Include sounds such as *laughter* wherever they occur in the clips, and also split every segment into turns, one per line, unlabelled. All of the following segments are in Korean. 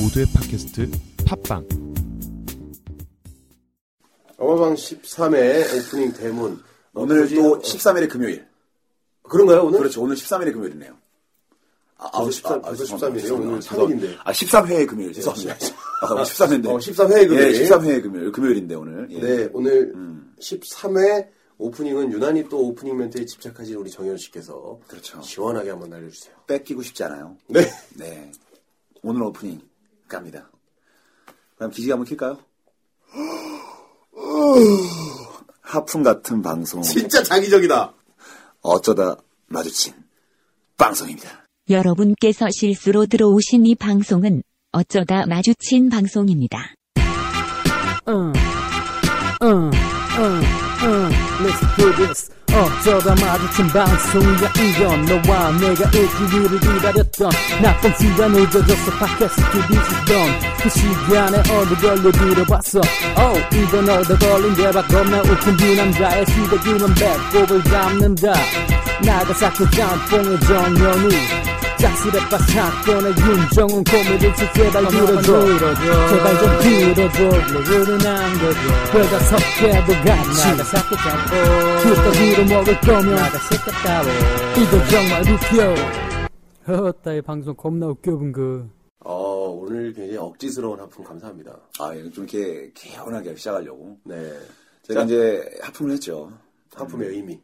모두의 팟캐스트 팟빵
영화방 13회 오프닝 대문. 어,
오늘
굳이-
또
어,
13일의 금요일.
그런가요, 오늘?
그렇죠. 오늘 13일의 금요일이네요. 아, 아,
13, 벌써 13 이에요? 오늘
일
삼일인데. 네,
아, 13회의 금요일. 죄송합니다. 아, 13회인데.
어, 13회 의 금요일.
예, 음. 13회의 금요일. 금요일인데, 오늘. 예.
네, 오늘 13회 오프닝은 유난히 또 오프닝 멘트에 집착하신 우리 정현 씨께서
그렇죠.
시원하게 한번 날려주세요.
뺏기고 싶지 않아요.
네.
*laughs* 네. 오늘 오프닝 갑니다. 그럼 기지개 한번 킬까요? 하품 같은 방송.
진짜 자기적이다.
어쩌다 마주친 방송입니다.
여러분께서 실수로 들어오신 이 방송은 어쩌다 마주친 방송입니다.
Let's do this. 어쩌다 마주친 방송이야 이건 너와 내가 일주일을 기다렸던 나쁜 시간 늦어져서 팟캐스트 뒤집던 그 시간에 어느 걸로 들어봤어 oh, 이건 얻어 걸린 대박 겁나 웃긴 두 남자의 시대기만 배꼽을 잡는다 나가사키 짬뽕의 정연우 짝스레빠 사건의 윤정훈 코미디 책 제발 들어줘 제발 좀 들어줘 모르는 안 거죠 별다 섞여도 같이 큐떡으로 먹을 거면 이거 정말 웃겨 허따이 방송 겁나 웃겨 본거
어, 오늘 굉장히 억지스러운 하품 감사합니다.
아, 예, 좀 이렇게 개운하게 시작하려고.
네.
제가 이제 하품을 했죠.
하품의
음.
의미.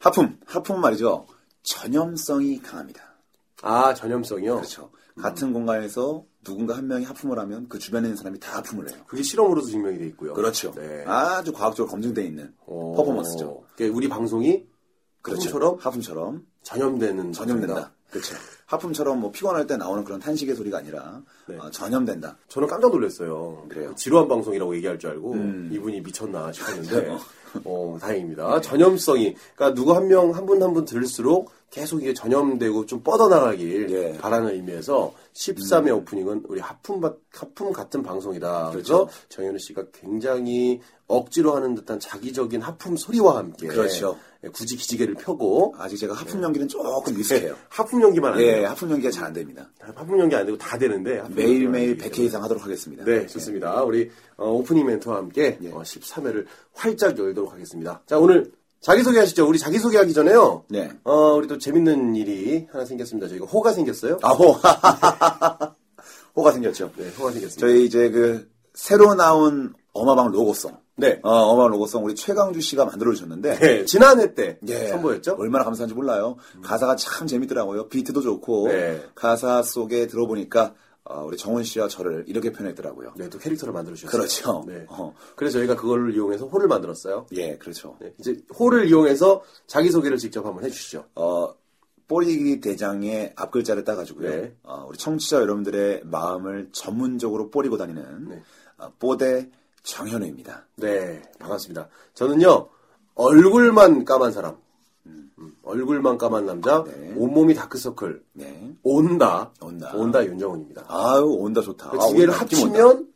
하품, 하품 말이죠. 전염성이 강합니다.
아, 전염성이요?
그렇죠. 같은 공간에서 누군가 한 명이 하품을 하면 그 주변에 있는 사람이 다 하품을 해요.
그게 실험으로도 증명이 돼 있고요.
그렇죠.
네.
아주 과학적으로 검증돼 있는
어,
퍼포먼스죠.
그러니까 우리 방송이
그렇죠.
그렇죠.처럼
하품처럼
전염되는 방송이다.
전염된다. 그렇죠. 하품처럼 뭐 피곤할 때 나오는 그런 탄식의 소리가 아니라
네.
어, 전염된다.
저는 깜짝 놀랐어요.
그래요? 음.
지루한 방송이라고 얘기할 줄 알고 이분이 미쳤나 싶었는데 어,
네.
다행입니다. 전염성이 그러니까 누구 한 명 한 분 한 분 들을수록 계속 이게 전염되고 좀 뻗어나가길
예.
바라는 의미에서 13의
음.
오프닝은 우리 하품 바- 하품 같은 방송이다.
그렇죠.
그래서 정현우 씨가 굉장히 억지로 하는 듯한 자기적인 하품 소리와 함께
그렇죠.
예, 굳이 기지개를 펴고
아직 제가 하품 연기는 조금 미숙해요.
하품 연기만 안
예,
돼요.
하품 연기가 잘 안 됩니다.
하품 연기 안 되고 다 되는데 하품
매일매일
연기만 안 되기
100회 이상 하도록 하겠습니다. 예.
네, 좋습니다. 우리 어, 오프닝 멘트와 함께 어, 13회를 활짝 열도록 하겠습니다. 자, 오늘 자기소개 하시죠. 우리 자기소개 하기 전에요.
네.
어, 우리 또 재밌는 일이 하나 생겼습니다. 저희가 호가 생겼어요.
아, 호. 호가 생겼죠.
네, *laughs* 호가 생겼습니다.
저희 이제 그 새로 나온 어마방 로고송.
네.
어, 어마방 로고송 우리 최강주 씨가 만들어 주셨는데
네, 지난해 때
예.
선보였죠?
얼마나 감사한지 몰라요. 가사가 참 재밌더라고요. 비트도 좋고
음. 네.
가사 속에 들어보니까 어, 우리 정훈 씨와 저를 이렇게 표현했더라고요.
네, 또 캐릭터를 만들어주셨어요.
그렇죠.
네.
어.
그래서 저희가 그걸 이용해서 호를 만들었어요.
예, 그렇죠.
네, 이제 호를 이용해서 자기소개를 직접 한번 해주시죠.
어, 뽀리기 대장의 앞글자를 따가지고요.
네.
어, 우리 청취자 여러분들의 마음을 전문적으로 뽀리고 다니는
네.
어, 뽀대 정현우입니다.
네, 반갑습니다. 저는요, 얼굴만 까만 사람. 음, 얼굴만 까만 남자,
네.
온몸이 다크서클,
네.
온다.
온다.
윤정훈입니다.
아유, 온다 좋다.
그
아,
두 개를
온다, 느낌 온다.
합치면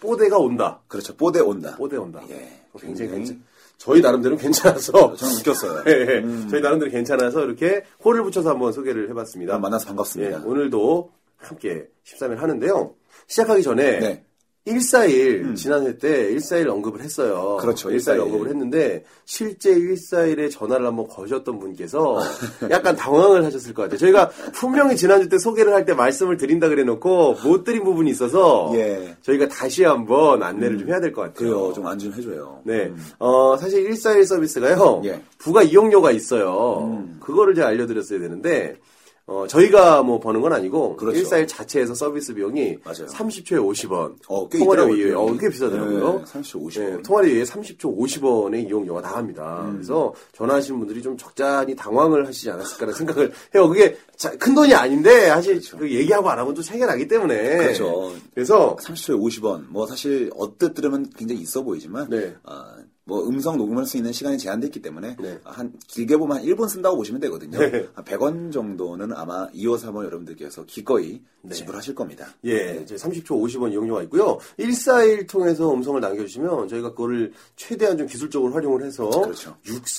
뽀대가 온다.
그렇죠. 뽀대 온다.
뽀대 온다.
예.
굉장히
굉장히-
괜찮. 저희 나름대로 괜찮아서
저는 웃겼어요.
*laughs*
음.
예, 예. 저희 나름대로 괜찮아서 이렇게 호를 붙여서 한번 소개를 해봤습니다.
오늘 아, 만나서
예,
반갑습니다.
오늘도 함께 13일 하는데요. 시작하기 전에
네.
141 지난해 때 141 언급을 했어요.
음. 그렇죠,
141
141.
언급을 했는데 실제 141에 전화를 한번 거셨던
어. *laughs*
분께서 약간 당황을 하셨을 것 같아요. 저희가 분명히 지난주 때 소개를 할 때 말씀을 드린다 그래 놓고 못 드린 부분이 있어서
예.
저희가 다시 한번 안내를 좀 해야 될 것 같아요.
그래요. 좀 안 좀 해줘요.
어. 네. 어, 사실 141 서비스가요.
음. 예. 음.
부가 이용료가 있어요. 그거를 제가 알려드렸어야 되는데, 어, 저희가 뭐 버는 건 아니고,
그렇죠.
141 자체에서 서비스 비용이
맞아요.
30초에 50원.
어, 꽤
통화료
있더라고요,
이외에, 어,
비용이.
꽤 비싸더라고요. 예,
네, 30초 50원. 음.
통화료 이외에 30초 50원의 이용료가 나갑니다. 그래서 전화하신 분들이 좀 적잖이 당황을 하시지 않았을까라는 *laughs* 생각을 해요. 그게 자- 큰 돈이 아닌데, 사실 그 얘기하고 안 하면 또 차이가 나기 때문에.
그렇죠.
그래서
30초에 50원. 뭐 사실 어뜻 들으면 굉장히 있어 보이지만
네.
어, 뭐 음성 녹음할 수 있는 시간이 제한돼 있기 때문에
네.
한 길게 보면 한 1분 쓴다고 보시면 되거든요. 한 100원 정도는 아마 2호 3호 여러분들께서 기꺼이
네.
지불하실 겁니다.
예, 이제 30초 50원 이용료가 있고요. 141 통해서 음성을 남겨주시면 저희가 그거를 최대한 좀 기술적으로 활용을 해서
그렇죠.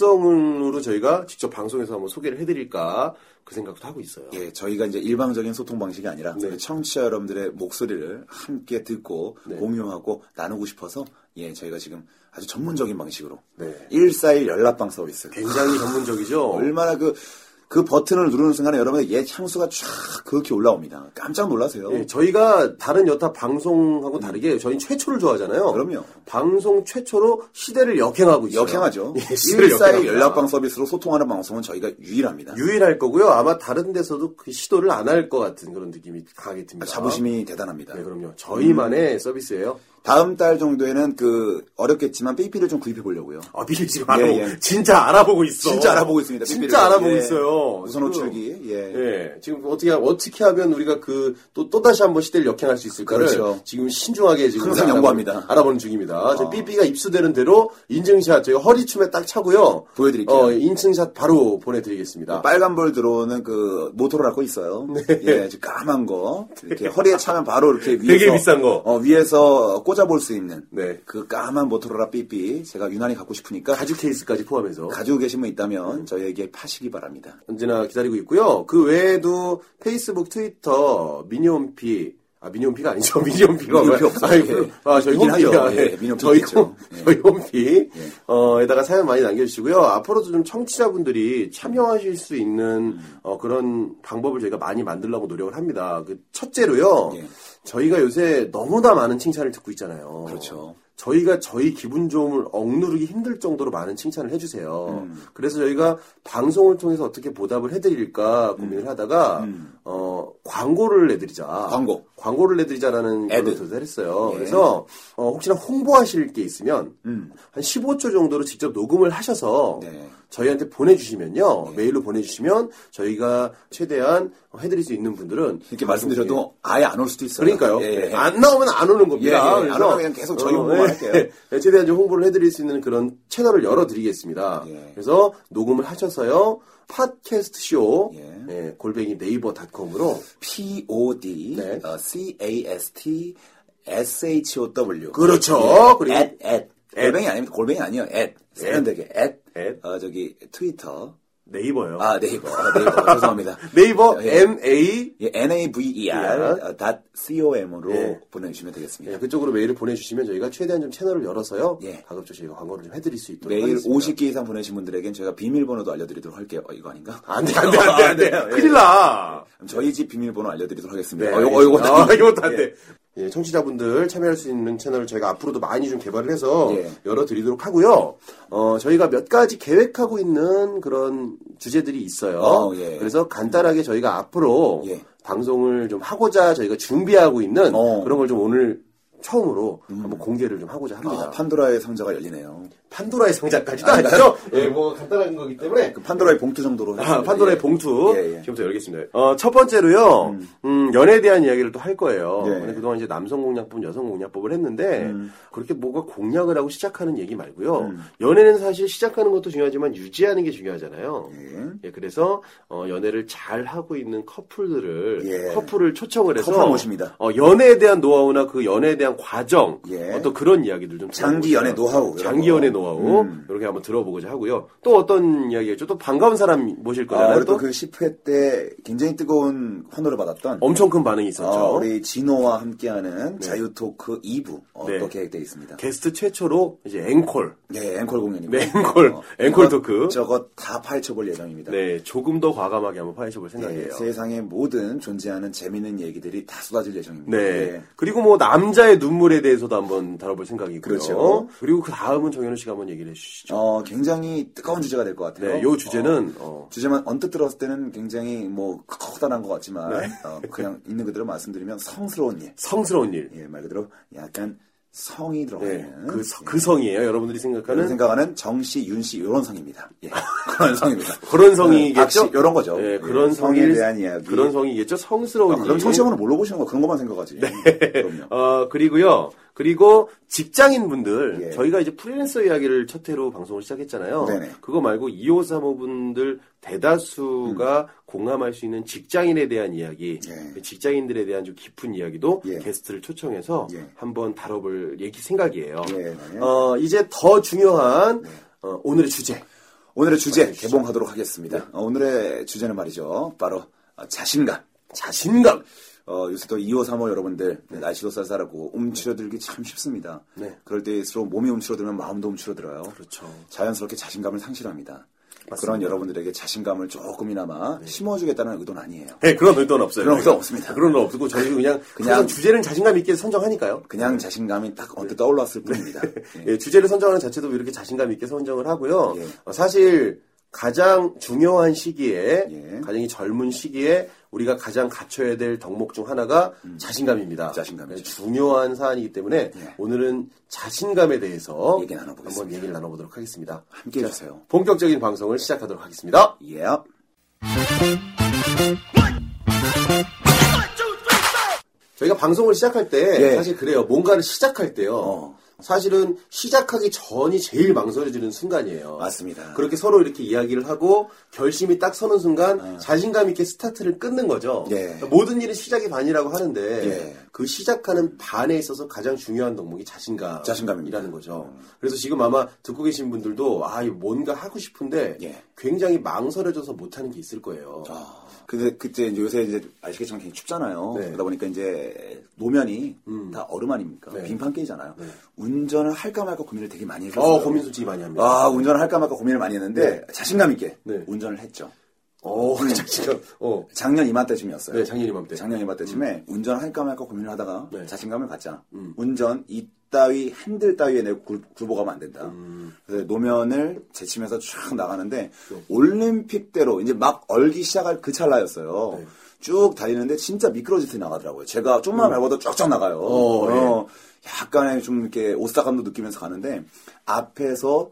육성으로 저희가 직접 방송에서 한번 소개를 해드릴까 그 생각도 하고 있어요.
예, 저희가 이제 일방적인 소통 방식이 아니라
네.
우리 청취자 여러분들의 목소리를 함께 듣고 공유하고 나누고 싶어서 예, 저희가 지금 아주 전문적인 방식으로
네.
141 연락방 서비스
굉장히 전문적이죠.
얼마나 그, 그 버튼을 누르는 순간에 여러분의 옛 향수가 쫙 그렇게 올라옵니다. 깜짝 놀라세요.
예, 저희가 다른 여타 방송하고 다르게 저희 는 최초를 좋아하잖아요.
음. 그럼요.
방송 최초로 시대를 역행하고 있어요.
역행하죠.
예, 시대를
일사의
역행합니다.
연락방 서비스로 소통하는 방송은 저희가 유일합니다.
유일할 거고요. 아마 다른 데서도 그 시도를 안 할 것 같은 그런 느낌이 강하게 듭니다.
자부심이 음. 대단합니다.
네, 그럼요. 저희만의 서비스예요.
다음 달 정도에는 그 어렵겠지만 삐삐를 좀 구입해 보려고요.
아, 미리 지금
예,
알아보고,
예.
진짜 알아보고 있어.
진짜 알아보고 있습니다. 삐삐를.
진짜 알아보고
예.
있어요.
우선 호출기.
지금.
예.
예. 지금 어떻게, 어떻게 하면 우리가 그, 또, 또 다시 한번 시대를 역행할 수 있을까를
그렇죠.
지금 신중하게 지금.
항상
알아보-
연구합니다.
알아보는 중입니다. 저 삐삐가 입수되는 대로 인증샷, 저희 허리춤에 딱 차고요. 아,
보여드릴게요.
어, 인증샷 바로 보내드리겠습니다.
빨간 볼 들어오는 그 모토로라 거 있어요. 예, 저 까만 거 이렇게 허리에 차면 바로 이렇게 위에서
네. 되게 비싼 거.
어, 위에서 꽂아볼 수 있는
네.
그 까만 모토로라 삐삐 제가 유난히 갖고 싶으니까 가지고,
가죽 케이스까지 포함해서.
계신 분 있다면
음.
저희에게 파시기 바랍니다.
언제나 기다리고 있고요. 그 외에도 페이스북, 트위터, 미니홈피, 아, 미니홈피가 아니죠. *laughs* 미니홈피가.
미니홈피
왜-
없어요.
아, 이거-
예.
아, 저희
있긴 하죠.
홈피가.
예, 미니홈피
저희,
있죠.
홈, 저희 홈피. 어, 에다가 사연 많이 남겨주시고요. 앞으로도 좀 청취자분들이 참여하실 수 있는, 어, 그런 방법을 저희가 많이 만들려고 노력을 합니다. 그, 첫째로요.
예.
저희가 요새 너무나 많은 칭찬을 듣고 있잖아요.
그렇죠.
어. 저희가 저희 기분 좋음을 억누르기 힘들 정도로 많은 칭찬을 해주세요.
음.
그래서 저희가 방송을 통해서 어떻게 보답을 해드릴까 고민을 하다가 어, 광고를 내드리자.
음. 광고. 예.
광고를 내드리자라는
애드.
애드 조사를 했어요. 그래서 어, 혹시나 홍보하실 게 있으면 한 15초 정도로 직접 녹음을 하셔서
음. 네.
저희한테 보내주시면요 메일로 보내주시면 저희가 최대한 해드릴 수 있는 분들은
이렇게 말씀드려도 아예 안 올 수도 있어요.
그러니까요. 네.
예, 예.
안 나오면 안 오는 겁니다.
예, 예. 안 오면 그냥 계속 저희 홍보만 할게요.
*laughs* 예, 최대한 좀 홍보를 해드릴 수 있는 그런 채널을 열어드리겠습니다.
예.
그래서 녹음을 하셔서요. 팟캐스트 쇼
예.
예, 골뱅이 네이버닷컴으로
P O D 어,
네.
C A S T S H O W
그렇죠.
그리고
그리고-
at, at. 골뱅이 아닙니다. 골뱅이 아니요. at 세련되게 at,
at.
어, 저기 트위터
네이버요.
아 네이버
*laughs*
아, 네이버 죄송합니다.
네이버
예.
M A
예, N A V E R 어, dot C O M으로
예.
보내주시면 되겠습니다.
예, 그쪽으로 메일을 보내주시면 저희가 최대한 좀 채널을 열어서요.
예.
가급적 저희가 광고를 좀 해드릴 수 있도록
매일
하겠습니다.
50개 이상 보내신 분들에겐 저희가 비밀번호도 알려드리도록 할게요. 어, 이거 아닌가?
안돼 안돼 안돼 안돼
아, 네.
큰일 나.
그럼 저희 집 비밀번호 알려드리도록 하겠습니다.
네,
어, 이거 이거
알겠습니다. 아, 이것도 안 돼. 예, 청취자분들 참여할 수 있는 채널을 저희가 앞으로도 많이 좀 개발을 해서
예.
열어드리도록 하고요. 어, 저희가 몇 가지 계획하고 있는 그런 주제들이 있어요.
어, 예.
그래서 간단하게 저희가 앞으로
예.
방송을 좀 하고자 저희가 준비하고 있는
어.
그런 걸 좀 오늘 처음으로 한번 공개를 좀 하고자 합니다.
아, 판도라의 상자가 열리네요.
판도라의 성자까지도 아니죠? 예, 뭐 간단한 거기 때문에
그 판도라의 봉투 정도로.
아,
해주세요.
판도라의
예.
봉투
예, 예.
지금부터 열겠습니다. 어, 첫 번째로요. 음, 네. 연애에 대한 이야기를 또 할 거예요.
예.
근데 그동안 이제 남성 공략법, 여성 공략법을 했는데 그렇게 뭐가 공략을 하고 시작하는 얘기 말고요. 연애는 사실 시작하는 것도 중요하지만 유지하는 게 중요하잖아요. 예, 그래서 어, 연애를 잘 하고 있는 커플들을
예.
커플을 초청을 해서
커플 모십니다.
어, 연애에 대한 노하우나 그 연애에 대한 과정
예.
어떤 그런 이야기들 좀
장기
들어보고요.
연애 노하우 이런
장기
거. 음.
연애 노하우 이렇게 한번 들어보고자 하고요. 또 어떤 이야기겠죠? 또 반가운 사람 모실
아,
거잖아요.
우리
또
또그 10회 때 굉장히 뜨거운 환호를 받았던
엄청 큰 반응이
어,
있었죠.
우리 진호와 함께하는 자유토크 2부 어,
네.
또 계획되어 있습니다.
게스트 최초로 이제 앵콜.
예, 앵콜 공연입니다. 어,
네, 앵콜. 앵콜 토크.
저거 다 파헤쳐볼 예정입니다.
네, 조금 더 과감하게 한번 파헤쳐볼
네,
생각이에요.
세상의 모든 존재하는 재미있는 얘기들이 다 쏟아질 예정입니다.
네.
예.
그리고 뭐 남자의 눈물에 대해서도 한번 다뤄볼 생각이고요.
그렇죠.
그리고 그 다음은 정현우 씨가 한번 얘기를 해주시죠.
어, 굉장히 뜨거운 주제가 될 것 같아요.
네, 요 주제는 어,
주제만 언뜻 들었을 때는 굉장히 뭐 커다란 것 같지만
네.
어, 그냥 있는 그대로 말씀드리면 성스러운 일.
성스러운 일.
예, 말 그대로 약간 성이 들어가
네,
있는
그,
예.
서- 그 성이에요. 여러분들이
저는
생각하는
생각하는 정씨, 윤씨 이런 성입니다.
*laughs*
예, 그런 성입니다.
그런 성이겠죠.
악시, 이런 네, 거죠.
예,
예,
그런
성에
성일-
대한 이야기.
어, 그런 성이겠죠. 성스러운
아, 그럼
일. 네.
청취자분은 뭘로 보시는 거 그런 것만 생각하지. 그럼요.
어, 그리고요. 그리고 직장인 분들
예.
저희가 이제 프리랜서 이야기를 첫 회로 방송을 시작했잖아요.
네네.
그거 말고 2535분들 대다수가 공감할 수 있는 직장인에 대한 이야기,
예.
그 직장인들에 대한 좀 깊은 이야기도
예.
게스트를 초청해서
예.
한번 다뤄볼 얘기 생각이에요.
예, 네.
어, 이제 더 중요한 어, 오늘의 주제.
오늘의 주제 개봉하도록 하겠습니다.
네.
어, 오늘의 주제는 말이죠. 바로 어, 자신감.
자신감.
어, 요새 또 2호, 3호 여러분들 날씨도 쌀쌀하고 움츠러들기 참 쉽습니다.
네.
그럴 때일수록 몸이 움츠러들면 마음도 움츠러들어요.
그렇죠.
자연스럽게 자신감을 상실합니다. 그런 여러분들에게 자신감을 조금이나마 심어주겠다는 의도는 아니에요.
네, 그런 의도는 없어요.
그런
저희가.
의도는 없습니다.
그런 건 없고 저희 그냥
그냥-
항상 주제는 자신감 있게 선정하니까요.
그냥 자신감이 딱
네.
언뜻
*laughs*
떠올랐을 뿐입니다. 예.
예, 주제를 선정하는 자체도 이렇게 자신감 있게 선정을 하고요.
예.
어, 사실 가장 중요한 시기에
예.
가장 이 젊은 시기에 우리가 가장 갖춰야 될 덕목 중 하나가 자신감입니다.
음. 자신감이죠.
네, 중요한 사안이기 때문에
예.
오늘은 자신감에 대해서
얘기 나눠보겠습니다.
한번 얘기를 나눠보도록 하겠습니다.
함께 해주세요.
본격적인 방송을 시작하도록 하겠습니다.
예.
저희가 방송을 시작할 때
예.
사실 그래요. 뭔가를 시작할 때요.
어.
사실은 시작하기 전이 제일 망설여지는 순간이에요.
맞습니다.
그렇게 서로 이렇게 이야기를 하고 결심이 딱 서는 순간 자신감 있게 스타트를 끊는 거죠.
어. 예.
모든 일이 시작이 반이라고 하는데
예.
그 시작하는 반에 있어서 가장 중요한 덕목이 자신감,
자신감입니다. 음.
이라는 거죠. 그래서 지금 아마 듣고 계신 분들도 아, 이거 뭔가 하고 싶은데
예.
굉장히 망설여져서 못하는 게 있을 거예요.
아, 근데 그때 이제 요새 이제 아시겠지만 굉장히 춥잖아요.
네.
그러다 보니까 이제 노면이 다 얼음 아닙니까?
네.
빙판 깨잖아요. 운전을 할까 말까 고민을 되게 많이 했어요.
어, 고민 솔직히 많이 합니다.
아, 운전을 할까 말까 고민을 많이 했는데 자신감 있게
네.
운전을 했죠.
어, *laughs* 자신감. 어.
작년 이맘때쯤이었어요.
네, 작년 이맘때. 음.
작년 이맘때쯤에 운전을 할까 말까 고민을 하다가
네.
자신감을 갖자. 운전 이따위 핸들 따위에 내 굴- 굴복하면 안 된다.
음.
그래서 노면을 제치면서 쭉 나가는데
그렇죠.
올림픽대로 이제 막 얼기 시작할 그 찰나였어요.
네.
쭉 달리는데 진짜 미끄러지듯이 나가더라고요. 제가 좀만 밟아도 쫙쫙 나가요.
음. 어, 예.
어, 약간의 좀 이렇게 오싹함도 느끼면서 가는데 앞에서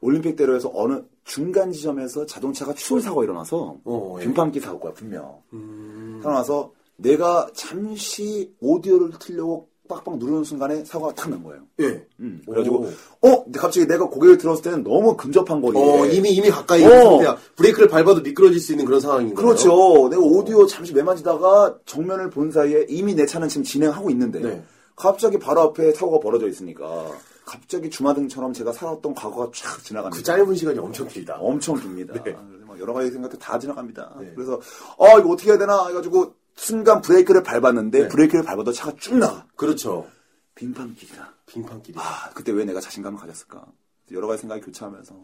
올림픽대로에서 어느 중간 지점에서 자동차가 추돌 사고가 일어나서
어, 예. 음.
빙판기 사고가 분명 살아나서 내가 잠시 오디오를 틀려고 빡빡 누르는 순간에 사고가 탁 난 거예요.
예.
음, 그래가지고 어 근데 갑자기 내가 고개를 들었을 때는 너무 근접한 거리에
어, 이미 이미 가까이
어.
있는 상태야. 브레이크를 밟아도 미끄러질 수 있는 그런 상황인 거예요.
그렇죠. 내가 오디오 잠시 매만지다가 정면을 본 사이에 이미 내 차는 지금 진행하고 있는데
네.
갑자기 바로 앞에 사고가 벌어져 있으니까 갑자기 주마등처럼 제가 살았던 과거가 쫙 지나갑니다.
그 짧은 시간이 엄청 길다.
엄청 깁니다. 그래서 막 여러 가지 생각도 다 지나갑니다.
아, 네.
그래서 아 이거 어떻게 해야 되나 해가지고 순간 브레이크를 밟았는데
네.
브레이크를 밟아도 차가 쭉 나가.
그렇죠.
빙판길이다.
빙판길이.
아 그때 왜 내가 자신감을 가졌을까? 여러 가지 생각이 교차하면서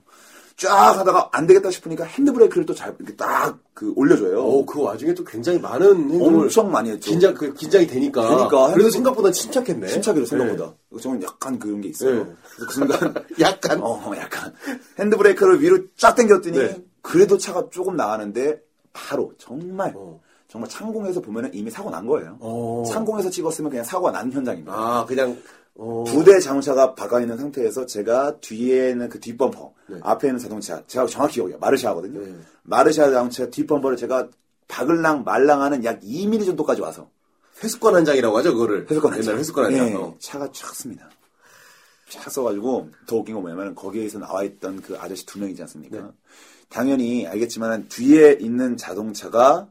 쫙 하다가 안 되겠다 싶으니까 핸드브레이크를 또 잘 이렇게 딱 그 올려줘요.
어, 그 와중에 또 굉장히 많은 행동을
엄청 많이 했죠.
긴장 그 긴장이 되니까.
되니까.
그래도 생각보다 침착했네.
침착이로 생각보다. 저는 약간 그런 게 있어요.
네.
그래서 그 순간
예. *laughs* 약간
어, 약간. 핸드브레이크를 위로 쫙 당겼더니,
네.
그래도 차가 조금 나가는데, 바로, 정말,
어.
정말 창공에서 보면은 이미 사고 난 거예요.
어.
창공에서 찍었으면 그냥 사고가 난 현장입니다.
아, 그냥 어.
두 대 자동차가 박아 있는 상태에서 제가 뒤에 있는 그 뒷범퍼,
네.
앞에 있는 자동차, 제가 정확히 기억해요. 마르샤거든요. 마르샤 자동차 뒷범퍼를 제가 박을랑 말랑하는 약 2mm 정도까지 와서
회수권 한 장이라고 하죠, 그거를.
회수권
옛날 회수권 한 장.
예,
어.
차가 촥 씁니다. 촥 써가지고 더 웃긴 건 뭐냐면 거기에서 나와 있던 그 아저씨 두 명이지 않습니까?
네.
당연히 알겠지만 뒤에 있는 자동차가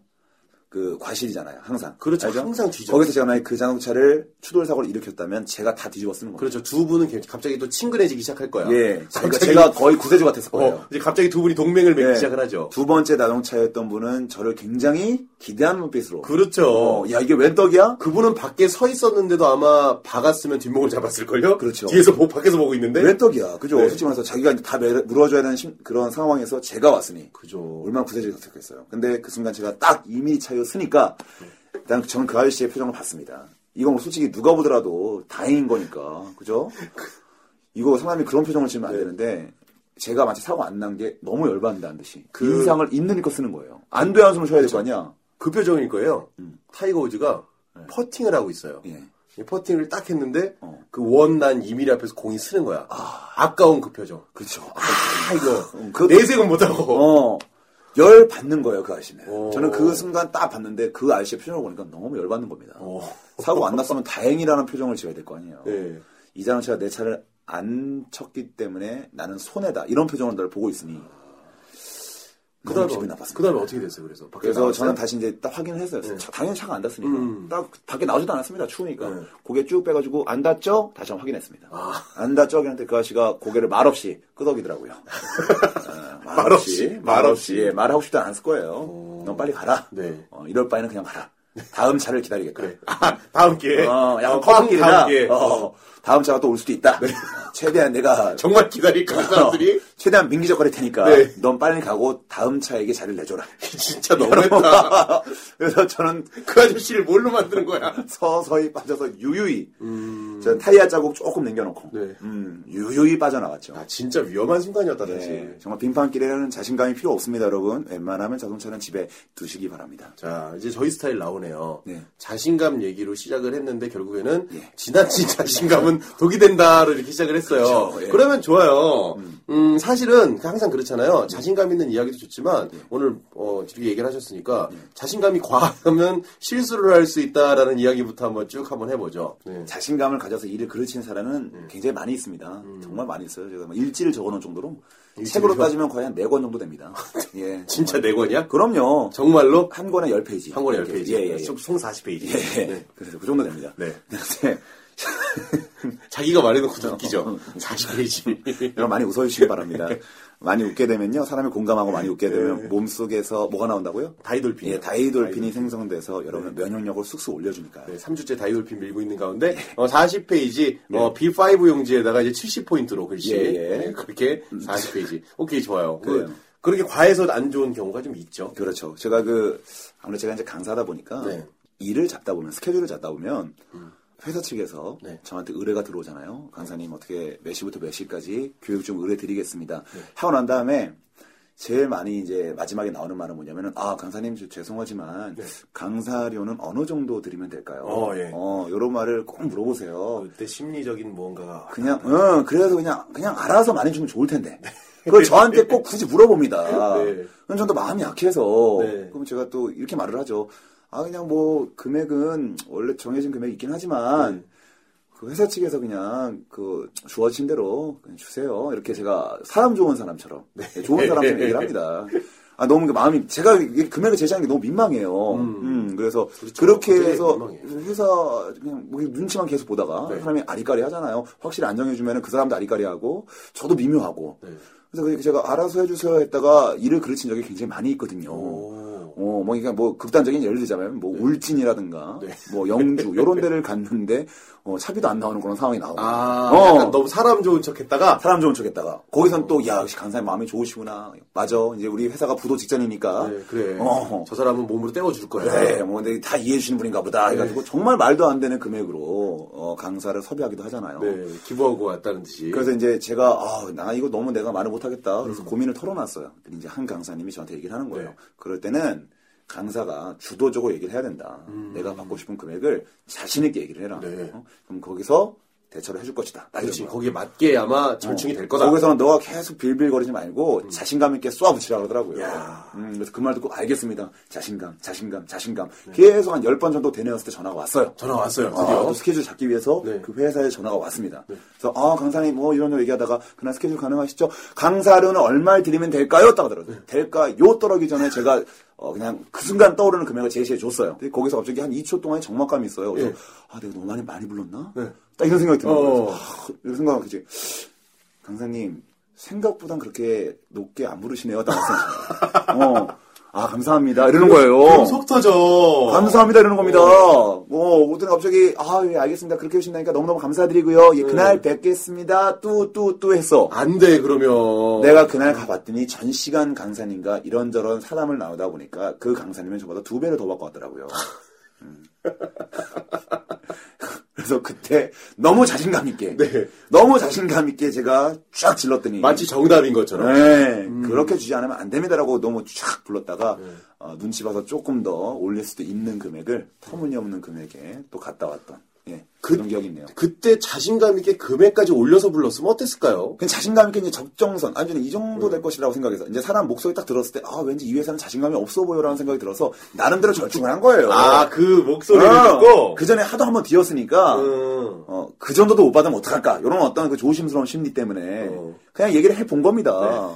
그 과실이잖아요. 항상.
그렇죠. 항상 뒤져.
거기서 제가 만약 그 자동차를 추돌 사고를 일으켰다면 제가 다 뒤집어 쓰는 거예요.
그렇죠. 두 분은 굉장히 갑자기 또 친근해지기 시작할 거야.
예. 그러니까
그렇죠. 아, 갑자기-
제가 거의 구세주 같았을 거예요.
어, 이제 갑자기 두 분이 동맹을 맺기
예.
시작을 하죠.
두 번째 자동차였던 분은 저를 굉장히 기대하는 눈빛으로.
그렇죠.
어, 야 이게 웬 떡이야?
그분은 밖에 서 있었는데도 아마 박았으면 뒷목을 잡았을걸요?
그렇죠.
뒤에서 보, 밖에서 보고 있는데?
웬 떡이야. 그죠?
네.
솔직히 말해서 자기가 이제 다 매- 물어줘야 되는 심- 그런 상황에서 제가 왔으니.
그죠.
얼마나 구세주가 됐겠어요. 근데 그 순간 제가 딱 2mm 차이로 쓰니까 일단 저는 그 아저씨의 표정을 봤습니다. 이건 뭐 솔직히 누가 보더라도 다행인 거니까. 그죠? 이거 사람이 그런 표정을 지으면
네.
안 되는데 제가 마치 사고 안 난 게 너무 열받는다는 듯이 그 인상을 있는 힘껏 쓰는 거예요. 안 돼, 한숨을 쉬어야 될 거 아니야.
그 표정일 거예요. 타이거 우즈가 퍼팅을 하고 있어요.
음. 예. 어.
이 퍼팅을 딱 했는데 그 원난 2mm 앞에서 공이 쓰는 거야. 아... 까운그 표정.
그렇죠.
아 이거
그것도-
내색은 못하고
어. 열 받는 거예요, 그 아저씨는.
오.
저는 그 순간 딱 봤는데 그 아저씨의 표정을 보니까 너무 열 받는 겁니다.
오.
사고 안 났으면 다행이라는 표정을 지어야 될 거 아니에요.
네.
이 자동차가 내 차를 안 쳤기 때문에 나는 손해다. 이런 표정을 날 보고 있으니.
그
너무
다음에
기분이
어-
나빴습니다.
그 다음에 어떻게 됐어요? 그래서 밖에
그래서
나왔어요? 네.
저는 다시 이제 딱 확인을 했어요. 차- 당연히 차가 안 닿았으니까.
음.
딱 밖에 나오지도 않았습니다. 추우니까.
네. 아.
고개 쭉 빼가지고 안 닿죠? 다시 한번 확인했습니다. 안 닿죠? 했는데 그 아저씨가 고개를 말없이
*laughs*
끄덕이더라고요. 아,
말없이?
말없이. 예, 말하고 싶지 않았을 거예요. 넌 빨리 가라.
네.
어, 이럴 바에는 그냥 가라. 다음 차를 기다리겠다.
그래. *laughs* 아, 다음 기회.
어, 약간
어, 다음
커브길이라
기회.
어, 다음 차가 또 올 수도 있다. *laughs* 최대한 내가
정말 기다릴까 그 사람들이
*laughs* 어, 최대한 민기적거릴 테니까
네.
넌 빨리 가고 다음 차에게 자리를 내줘라.
*laughs* 진짜 너무했다.
*laughs* 그래서 저는
*laughs* 그 아저씨를 뭘로 만드는 거야?
서서히 빠져서 유유히 저는 타이어 자국 조금 남겨놓고
음. 네.
음, 유유히 빠져나갔죠.
아 진짜 위험한 순간이었다 사실.
네, 정말 빙판길에는 자신감이 필요 없습니다, 여러분. 웬만하면 자동차는 집에 두시기 바랍니다.
자 이제 저희 스타일 나오네요.
네.
자신감 얘기로 시작을 했는데 결국에는
예. 네.
지나친 자신감은 독이 된다로 이렇게 시작을 했어요.
그렇죠. 예.
그러면 좋아요. 음, 사실은 항상 그렇잖아요. 자신감 있는 이야기도
네.
좋지만 오늘 어, 이렇게 얘기를 하셨으니까 자신감이 과하면 실수를 할 수 있다라는 이야기부터 한번 쭉 한번 해보죠. 네.
자신감을 가져서 일을 그르치는 사람은
음.
굉장히 많이 있습니다. 정말 많이 있어요. 제가 막 일지를 적어놓은 정도로 책으로 따지면 거의 한 네 권 정도
*laughs*
됩니다. 예,
아, 진짜 내 권이야?
그럼요.
정말로
한 권에 열 페이지.
한 권에 10페이지.
예, 예, 예.
총 40페이지.
예. 그래서 그 정도 됩니다. *laughs*
네.
근데
자기가
어.
말해놓고도 웃기죠.
*laughs*
40페이지.
여러분 많이 웃어주시기 바랍니다.
네.
많이 웃게 되면요, 사람이 공감하고 많이 웃게 되면 몸 속에서 뭐가 나온다고요?
다이돌핀.
예, 다이돌핀이 생성돼서 여러분의 면역력을 쑥쑥 올려주니까.
네, 3주째 다이돌핀 밀고 있는 가운데 어, 40페이지 어, B5 용지에다가 이제 70포인트로 글씨
예, 예.
네, 그렇게 40페이지 오케이 좋아요
그래요.
그, 그렇게 과해서 안 좋은 경우가 좀 있죠
그렇죠. 제가 그 아무래도 제가 이제 강사다 보니까
네.
일을 잡다 보면 스케줄을 잡다 보면 회사 측에서
네.
저한테 의뢰가 들어오잖아요. 강사님 어떻게 몇 시부터 몇 시까지 교육 좀 의뢰 드리겠습니다.
네.
하고 난 다음에 제일 많이 이제 마지막에 나오는 말은 뭐냐면은 아 강사님 저 죄송하지만 강사료는 어느 정도 드리면 될까요?
네. 어, 예.
이런 말을 꼭 물어보세요.
그때 심리적인 무언가가
그냥 응 그래서 그냥 그냥 알아서 많이 주면 좋을 텐데 그걸 저한테 꼭 굳이 물어봅니다.
네.
그럼 저도 마음이 약해서
네.
그럼 제가 또 이렇게 말을 하죠. 아 그냥 뭐 금액은 원래 정해진 금액이 있긴 하지만
네.
그 회사 측에서 그냥 그 주어진 대로 그냥 주세요. 이렇게 제가 사람 좋은 사람처럼 네, 좋은 사람처럼 얘기를 합니다. 아 너무 그 마음이 제가 이 금액을 제시하는 게 너무 민망해요. 음, 그래서 그렇게
굉장히
해서
그렇죠. 민망해요.
회사 그냥 뭐 눈치만 계속 보다가
네.
사람이 아리까리 하잖아요. 확실히 안정해주면 그 사람도 아리까리 하고 저도 미묘하고.
네.
그래서 그게 제가 알아서 해주세요 했다가 일을 그르친 적이 굉장히 많이 있거든요.
오.
어, 뭐, 그러니까 뭐, 극단적인 예를 들자면, 뭐, 울진이라든가,
네. *laughs*
뭐, 영주, 요런 데를 갔는데, 어, 차비도 안 나오는 그런 상황이 나오고.
아
어.
약간 너무 사람 좋은 척 했다가
사람 좋은 척 했다가,
어.
거기선 또, 야, 역시 강사님 마음이 좋으시구나. 맞아. 이제 우리 회사가 부도 직전이니까.
네, 그래
어.
저 사람은 몸으로 때워줄 거야
네, 뭐, 근데 다 이해해주시는 분인가 보다.
네.
해가지고, 정말 말도 안 되는 금액으로, 어, 강사를 섭외하기도 하잖아요.
네, 기부하고 왔다는 듯이
그래서 이제 제가 아, 나 이거 너무 내가 말을 못하겠다. 그래서 고민을 털어놨어요. 근데 이제 한 강사님이 저한테 얘기를 하는 거예요.
음. 네.
그럴 때는 강사가 주도적으로 얘기를 해야 된다. 내가 받고 싶은 금액을 자신 있게 얘기를 해라.
음. 네.
어? 그럼 거기서 대처를 해줄 것이다. 나
그렇지
이런 거.
아, 거기에 맞게 아마 절충이 될 어. 거다
어,
음.
거기서는 너가 계속 빌빌거리지 말고 자신감 있게 쏘아붙이라 그러더라고요. 음, 그래서 그 말 듣고 알겠습니다. 자신감, 자신감, 자신감. 계속 한 10번 정도 되뇌었을 때 전화가 왔어요.
네. 전화 왔어요
아,
드디어
또 스케줄 잡기 위해서
네.
그 회사에 전화가 왔습니다. 그래서 아 강사님 뭐 이런 거 얘기하다가 그날 스케줄 가능하시죠? 강사료는 얼마를 드리면 될까요? 딱 들었어요.
네.
될까요? 떨어기 전에 제가 어, 그냥 그 순간 떠오르는 금액을 제시해 줬어요. 근데 거기서 갑자기 한 2초 동안의 적막감이 있어요. 그래서
예.
아 내가 너무 많이 많이 불렀나?
네.
딱 이런 생각이 드는 거예요.
어.
그래서 아, 이런 생각은 그지. 강사님 생각보단 그렇게 높게 안 부르시네요. 딱 말씀하시네요. 어. 아 감사합니다 이러는 거예요.
그럼 속 터져
감사합니다 이러는 겁니다. 어, 오늘 갑자기 아, 예, 알겠습니다. 그렇게 해주신다니까 너무너무 감사드리고요. 예, 그날 뵙겠습니다. 뚜뚜뚜 했어.
안 돼 그러면
내가 그날 가봤더니 전 시간 강사님과 이런저런 사람을 나오다 보니까 그 강사님은 저보다 두 배를 더 받고 왔더라고요. 음. 그래서 그때 너무 자신감 있게,
네.
너무 자신감 있게 제가 쫙 질렀더니
마치 정답인 것처럼
네,
음.
그렇게 주지 않으면 안 됩니다라고 너무 쫙 불렀다가
네.
어, 눈치 봐서 조금 더 올릴 수도 있는 금액을 터무니없는 금액에 또 갔다 왔던 예,
그-
그런 기억이 있네요.
그때 자신감 있게 금액까지 올려서 불렀으면 어땠을까요?
그냥 자신감 있게 이제 적정선, 아니, 저는 이 정도
음.
될 것이라고 생각해서, 이제 사람 목소리 딱 들었을 때, 아, 왠지 이 회사는 자신감이 없어 보여라는 생각이 들어서, 나름대로 절충을 한 거예요.
아, 그 목소리를
어,
듣고?
그 전에 하도 한번 뒤었으니까,
음.
어, 그 정도도 못 받으면 어떡할까? 이런 어떤 그 조심스러운 심리 때문에
어. 네.
그냥 얘기를 해 본 겁니다.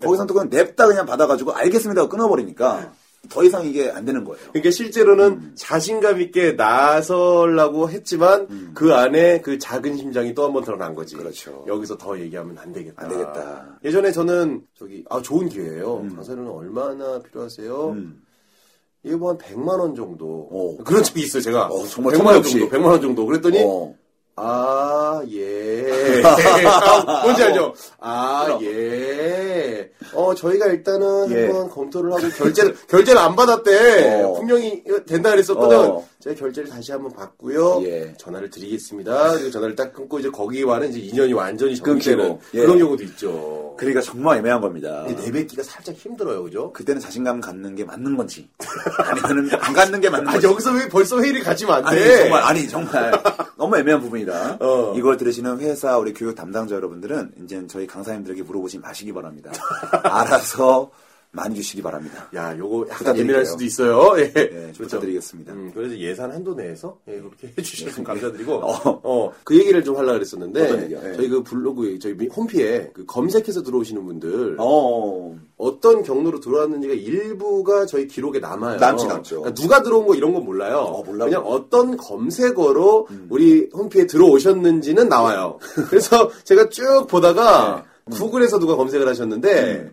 거기서 또 그냥 냅다 그냥 받아가지고 알겠습니다 하고 끊어버리니까 더 이상 이게 안 되는 거예요.
그러니까 실제로는 자신감 있게 나서려고 했지만 그 안에 그 작은 심장이 또 한 번 드러난 거지.
그렇죠.
여기서 더 얘기하면 안 되겠다.
안 되겠다.
예전에 저는 저기 아 좋은 기회예요. 강사료는 얼마나 필요하세요?
음.
이게 뭐 한 100만 원 정도.
어.
그런 적이 있어요, 제가.
어, 정말
100만 원
정말
정도, 100만 원 정도. 그랬더니
어.
아,
*laughs*
예. 아, 뭔지 알죠? 아, 예. 어, 저희가 일단은
예.
한번 검토를 하고 결제를, 결제를 안 받았대.
어.
분명히 된다 그랬었거든.
어.
제가 결제를 다시 한번 받고요.
예.
전화를 드리겠습니다. 그리고 전화를 딱 끊고 이제 거기와는 이제 인연이 완전히 정리되는
끊기고. 예.
그런 경우도 있죠.
그러니까 정말 애매한 겁니다.
근데 내뱉기가 살짝 힘들어요, 그죠?
그때는 자신감 갖는 게 맞는 건지 *laughs* 아니면은 안 갖는 게 맞는
아,
건지
여기서 왜 벌써 회의를 가지면 안
아니
돼?
정말 아니 정말 너무 애매한 부분이다.
어.
이걸 들으시는 회사 우리 교육 담당자 여러분들은 이제 저희 강사님들에게 물어보지 마시기
*laughs*
바랍니다. 알아서 많이 주시기 바랍니다.
야, 요거 약간
부탁드릴게요.
예민할 수도 있어요. 예.
네,
그렇죠.
부탁드리겠습니다.
음, 그래서 예산 한도 내에서 예, 그렇게 *laughs* 해주셔서 감사드리고
어.
어, 그 얘기를 좀 하려고 그랬었는데
어떤 얘기요? 예.
저희 그 블로그 저희 미- 홈피에 그 검색해서 들어오시는 음. 분들
어,
어떤 경로로 들어왔는지가 일부가 저희 기록에 남아요.
남지, 남죠.
그러니까 누가 들어온 거 이런 건 몰라요.
어, 몰라요. 음.
그냥 어떤 검색어로 우리 홈피에 들어오셨는지는
*laughs*
나와요. 그래서 제가 쭉 보다가
네. 음.
구글에서 누가 검색을 하셨는데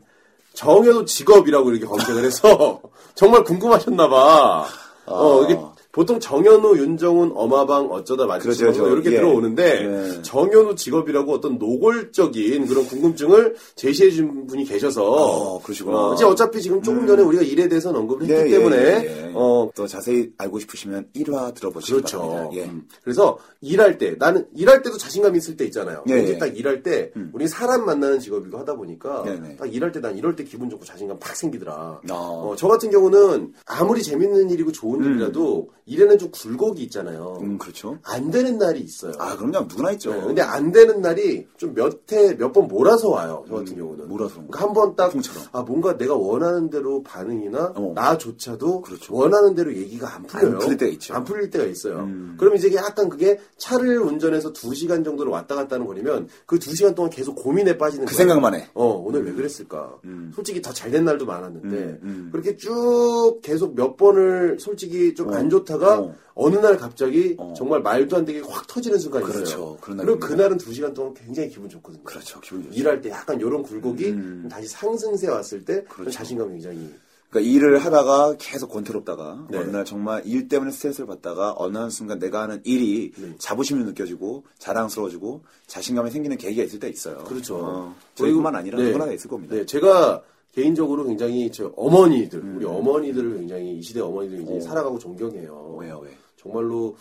정해도 직업이라고 이렇게 검색을 해서 *laughs* 정말 궁금하셨나봐.
아.
어, 이게 보통 정현우, 윤정훈, 어마방 어쩌다
그렇죠,
맞추고
그렇죠.
이렇게
예.
들어오는데
예.
정현우 직업이라고 어떤 노골적인 그런 궁금증을 제시해 준 분이 계셔서
어, 그러시구나.
어, 이제 어차피 지금 조금 전에 우리가 일에 대해서 언급을 했기
네, 예,
그 때문에
예, 예.
어
더 자세히 알고 싶으시면 1화 들어보시기
그렇죠.
바랍니다. 예.
음. 그래서 일할 때 나는 일할 때도 자신감 있을 때 있잖아요.
예,
이제
예.
딱 일할 때 우리 사람 만나는 직업이고 하다 보니까
네, 네.
딱 일할 때 난 이럴 때 기분 좋고 자신감 팍 생기더라.
아.
어, 저 같은 경우는 아무리 재밌는 일이고 좋은 일이라도 일에는 좀 굴곡이 있잖아요.
음, 그렇죠.
안 되는 날이 있어요.
아, 그럼요. 누구나 있죠.
네, 근데 안 되는 날이 좀 몇 해 몇 번 몰아서 와요. 저 같은 경우는
음, 몰아서.
그러니까 한번 딱
폭풍처럼.
아, 뭔가 내가 원하는 대로 반응이나
어.
나조차도
그렇죠.
원하는 대로 얘기가 안 풀려요.
안 풀릴 때가 있죠. 음.
안 풀릴 때가 있어요. 그럼 이제 약간 그게 차를 운전해서 두 시간 정도를 왔다 갔다 하는 거리면 그 두 시간 동안 계속 고민에 빠지는
그
거예요.
음. 생각만 해.
어 오늘 왜 그랬을까. 솔직히 더 잘 된 날도 많았는데
음,
그렇게 쭉 계속 몇 번을 솔직히 좀 안 좋다가
어.
어. 느날 갑자기 정말 말도 안 되게 확 터지는 순간이 있어요.
그렇죠. 그런
아,
날이
그리고
있네요.
그날은 두 시간 동안 굉장히 기분 좋거든요.
그렇죠. 기분 좋죠. 음.
일할 때 약간 이런 굴곡이 다시 상승세 왔을 때
그렇죠.
자신감 이 굉장히
그러니까 일을 하다가 계속 권태롭다가
네.
어느 날 정말 일 때문에 스트레스를 받다가 어느 한 순간 내가 하는 일이
네.
자부심이 느껴지고 자랑스러워지고 자신감이 생기는 계기가 있을 때 있어요. 어, 저희뿐만 아니라
그렇죠. 네.
누구나 다 있을 겁니다.
네, 제가 개인적으로 굉장히 저 어머니들
음.
우리 어머니들을 굉장히 이 시대 어머니들 굉장히 사랑하고 존경해요.
왜요, 왜?
정말로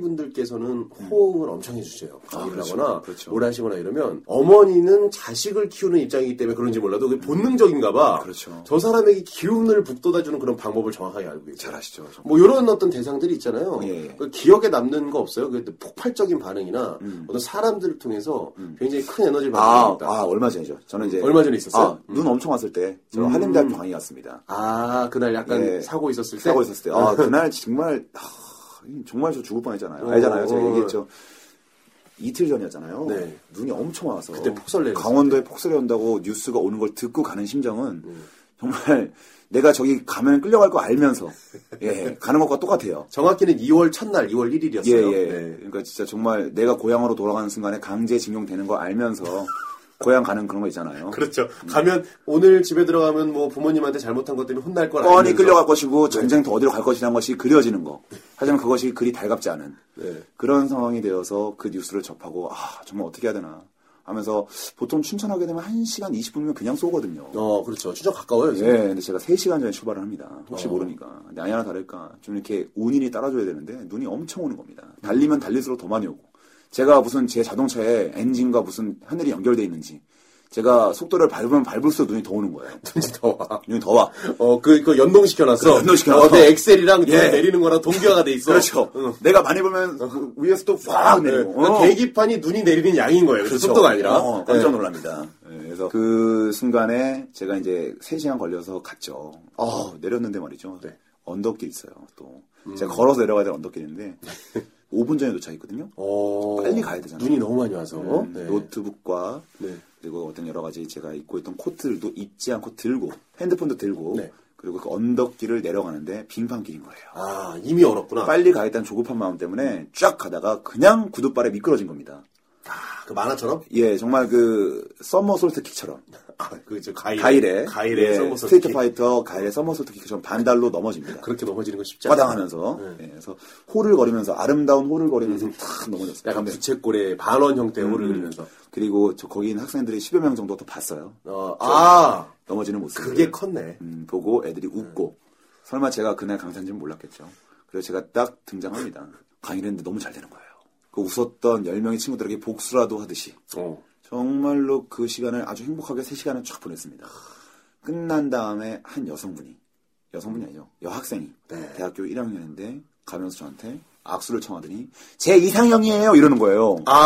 어머니분들께서는 호응을 엄청 해주세요. 강의를
그렇죠.
하거나
그렇죠.
뭘 하시거나 이러면 어머니는 자식을 키우는 입장이기 때문에 그런지 몰라도 그게 본능적인가 봐.
그렇죠.
저 사람에게 기운을 북돋아주는 그런 방법을 정확하게 알고 계세요.
잘 아시죠. 정말.
뭐 이런 어떤 대상들이 있잖아요.
예, 예.
그 기억에 남는 거 없어요. 그 폭발적인 반응이나 어떤 사람들을 통해서 굉장히 큰 에너지를
음. 아,
받는다.
아, 얼마 전이죠. 저는 이제
얼마 전에 있었어요? 음.
아, 눈 엄청 왔을 때, 저 한림대학교 강의 갔습니다.
아, 그날 약간
예.
사고 있었을 때. 네.
사고 있었을 때, 아 그날 정말 아, 정말 저 죽을 뻔했잖아요.
어,
알잖아요. 제가
어,
얘기했죠. 이틀 전이었잖아요.
네.
눈이 엄청 와서
그때 음. 폭설 내렸을
강원도에 폭설이 온다고 뉴스가 오는 걸 듣고 가는 심정은 정말 내가 저기 가면 끌려갈 거 알면서
*laughs*
예, 가는 것과 똑같아요.
정확히는 2월 첫날, 2월 1일이었어요.
예, 예.
네.
그러니까 진짜 정말 내가 고향으로 돌아가는 순간에 강제 징용되는 거 알면서 고향 가는 그런 거 있잖아요.
그렇죠. 가면 오늘 집에 들어가면 뭐 부모님한테 잘못한 것 때문에 혼날 걸
뻔히
알면서. 네.
끌려갈 것이고 전쟁터 어디로 갈 것이라는 것이 그려지는 거. 하지만 그것이 그리 달갑지 않은
네.
그런 상황이 되어서 그 뉴스를 접하고 아 정말 어떻게 해야 되나 하면서 보통 춘천하게 되면 1시간 20분이면 그냥 쏘거든요.
어, 그렇죠. 추적 가까워요.
예,
요즘. 어.
근데 제가 3시간 전에 출발을 합니다. 혹시 모르니까. 근데 아니나 다를까. 좀 이렇게 운인이 따라줘야 되는데 눈이 엄청 오는 겁니다.
음.
달리면 달릴수록 더 많이 오고. 제가 무슨 제 자동차에 엔진과 무슨 하늘이 연결돼 있는지 제가 속도를 밟으면 밟을수록 눈이 더 오는 거예요.
눈이 더 와.
눈이 더 와.
어, 그, 그 연동시켜놨어.
그 연동시켜놨어.
어, 내 엑셀이랑
예.
예. 내리는 거랑 동기화가 돼 있어.
그렇죠.
응.
내가 많이 보면 그 위에서 또 확
네.
내리고.
그
어.
계기판이 눈이 내리는 양인 거예요. 그 속도가 아니라.
어, 깜짝
네.
놀랍니다. 예, 그래서 그 순간에 제가 이제 3시간 걸려서 갔죠. 어, 내렸는데 말이죠. 언덕길 있어요. 또 제가 걸어서 내려가야 될 *laughs* 언덕길인데 5분 전에 도착했거든요.
어,
빨리 가야 되잖아요.
눈이 너무 많이 와서.
음,
네.
노트북과
네.
그리고 어떤 여러 가지 제가 입고 있던 코트들도 입지 않고 들고 핸드폰도 들고
네.
그리고 그 언덕길을 내려가는데 빙판길인 거예요.
아, 이미 얼었구나.
빨리 가겠다는 조급한 마음 때문에 쫙 가다가 그냥 구둣발에 미끄러진 겁니다.
아, 그 만화처럼?
예, 정말 그 서머 솔트킥처럼
아, 그, 저, 가일에.
가일에
가일에.
예,
서머서 그렇죠.
스트레이트
이렇게
파이터 가일의 서머 솔트킥처럼 반달로 넘어집니다.
그렇게 넘어지는 거 쉽지 않아.
화당하면서
네.
예, 그래서 호를 거리면서 아름다운 호를 거리면서 탁 넘어졌어요.
음. 약간
근데
부채꼴에 반원 형태의
음.
호를 그리면서.
그리고 저 거기 있는 학생들이 10여 명 정도 더 봤어요.
어, 아,
넘어지는 모습.
그게 컸네.
음, 보고 애들이 웃고 설마 제가 그날 강사인지는 몰랐겠죠. 그래서 제가 딱 등장합니다. 강의를 했는데 너무 잘 되는 거예요. 그 웃었던 10명의 친구들에게 복수라도 하듯이
어.
정말로 그 시간을 아주 행복하게 3시간을 쫙 보냈습니다. 끝난 다음에 한 여성분이 여성분이 아니죠. 여학생이 대학교 1학년인데 가면서 저한테 악수를 청하더니 제 이상형이에요 이러는 거예요. 아,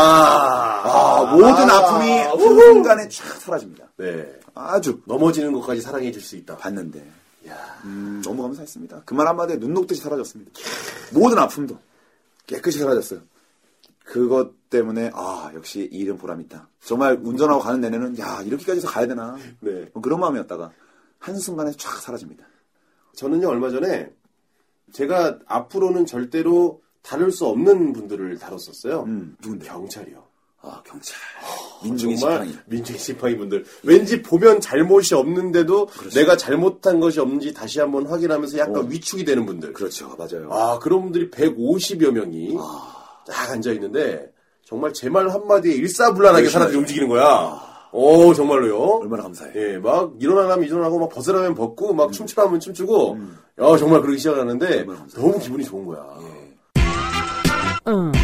아,
모든 아픔이 한
우후.
순간에 쫙 사라집니다.
네.
아주
넘어지는 것까지 사랑해줄 수 있다.
봤는데
야
음, 너무 감사했습니다. 그 말 한마디에 눈 녹듯이 사라졌습니다. 모든 아픔도 깨끗이 사라졌어요. 그것 때문에 아 역시 이 일은 보람 있다. 정말 운전하고 가는 내내는 야 이렇게까지 해서 가야 되나
네.
뭐 그런 마음이었다가 한 순간에 쫙 사라집니다.
저는요, 얼마 전에 제가 앞으로는 절대로 다룰 수 없는 분들을 다뤘었어요.
음, 누군데?
경찰이요.
아 경찰, 민중의
정말
지팡이.
민중의 지팡이 예. 분들. 왠지 보면 잘못이 없는데도 내가 잘못한 것이 없는지 다시 한번 확인하면서 약간 위축이 되는 분들.
그렇죠, 맞아요. 아,
아, 그런 분들이 150여 명이 딱 앉아있는데, 정말 제 말 한마디에 일사불란하게 사람들이 움직이는 거야. 오, 정말로요.
얼마나 감사해.
예, 막 일어나라면 일어나고, 막 벗으라면 벗고,
음.
막 춤추라면 춤추고, 야, 정말 그러기 시작하는데, 너무 기분이 좋은 거야.
예.
Uh,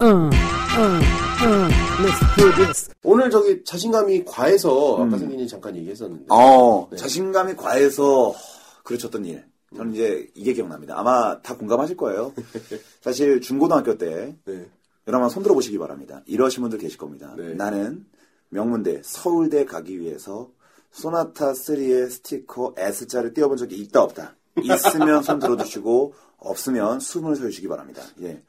uh, uh, uh, let's do this.
오늘 저기 자신감이 과해서,
음.
아까 선생님이 잠깐 얘기했었는데,
어
네.
자신감이 과해서 그르쳤던 일. 저는 이제 이게 기억납니다. 아마 다 공감하실 거예요.
*laughs*
사실 중고등학교 때
네.
여러분 손 들어보시기 바랍니다. 이러신 분들 계실 겁니다.
네.
나는 명문대 서울대 가기 위해서 소나타 3의 스티커 S자를 띄워본 적이 있다 없다. 있으면 손 들어주시고 없으면 숨을 서주시기 바랍니다. 예.